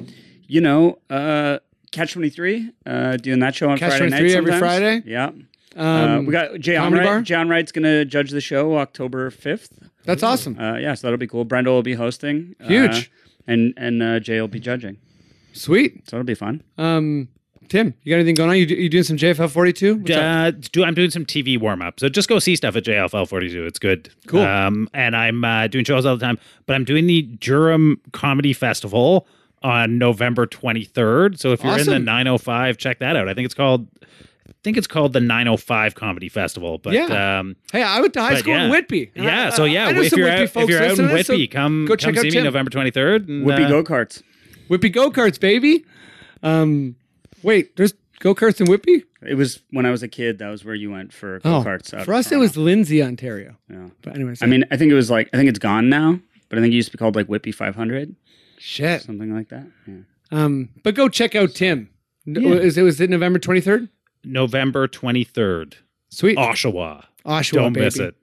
F: you know, uh, Catch 23, uh, doing that show on
D: Catch
F: Friday night
D: 23 every
F: sometimes.
D: Friday?
F: Yeah. uh,
D: Um,
F: we got Jay
D: Comedy Bar?
F: Onright. John Wright's going to judge the show October 5th.
D: that's awesome.
F: Uh, yeah, so that'll be cool. Brendel will be hosting. uh,
D: Huge.
F: and and uh, Jay will be judging.
D: Sweet.
F: So it'll be fun.
D: Um, Tim, you got anything going on? You, do- you doing some JFL 42? What's up?
E: Uh, do, I'm doing some TV warm up. So just go see stuff at JFL 42. It's good.
D: Cool.
E: Um, and I'm uh, doing shows all the time, but I'm doing the Durham Comedy Festival on November 23rd. So if you're in the
D: Awesome.
E: 905, check that out. I think it's called. I think it's called the 905 Comedy Festival, but
D: Yeah.
E: um,
D: Hey, I went to high
E: but
D: school in
E: yeah.
D: Whitby. And
E: Yeah,
D: I-
E: so
D: I-
E: yeah,
D: I know
E: if,
D: some
E: you're
D: Whitby
E: out, if
D: folks
E: you're out in
D: listening to this, so
E: Whitby, come
D: go check
E: come
D: out
E: see
D: Tim.
E: me November 23rd. And,
F: Whoopee
E: uh,
F: go karts.
D: Whitby go karts, baby. Um, wait, there's go karts and Whippy?
F: It was when I was a kid. That was where you went for
D: Oh,
F: go karts.
D: for us, it was Lindsay, Ontario.
F: Yeah.
D: But anyways,
F: I mean, I think it was like I think it's gone now, but I think it used to be called like Whippy 500,
D: shit.
F: something like that. Yeah.
D: Um, but go check out Tim. N- Is it was it November twenty third?
E: November 23rd,
D: Sweet,
E: Oshawa.
D: Oshawa,
E: Don't
D: baby.
E: miss it.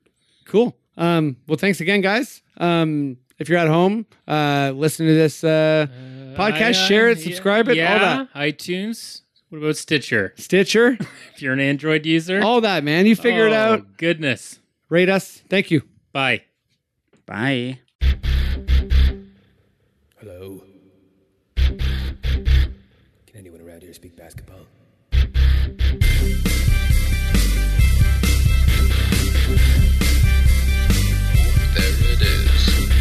D: Cool. Um, well, thanks again, guys. Um, if you're at home, uh, listen to this. Uh, Podcast, share it, subscribe it, all
C: yeah, iTunes. What about Stitcher?
D: Stitcher,
C: If you're an Android user,
D: all that, man. You figure it
C: Oh,
D: out.
C: Goodness.
D: Rate us. Thank you.
C: Bye.
F: Bye.
A: Hello. Can anyone around here speak basketball?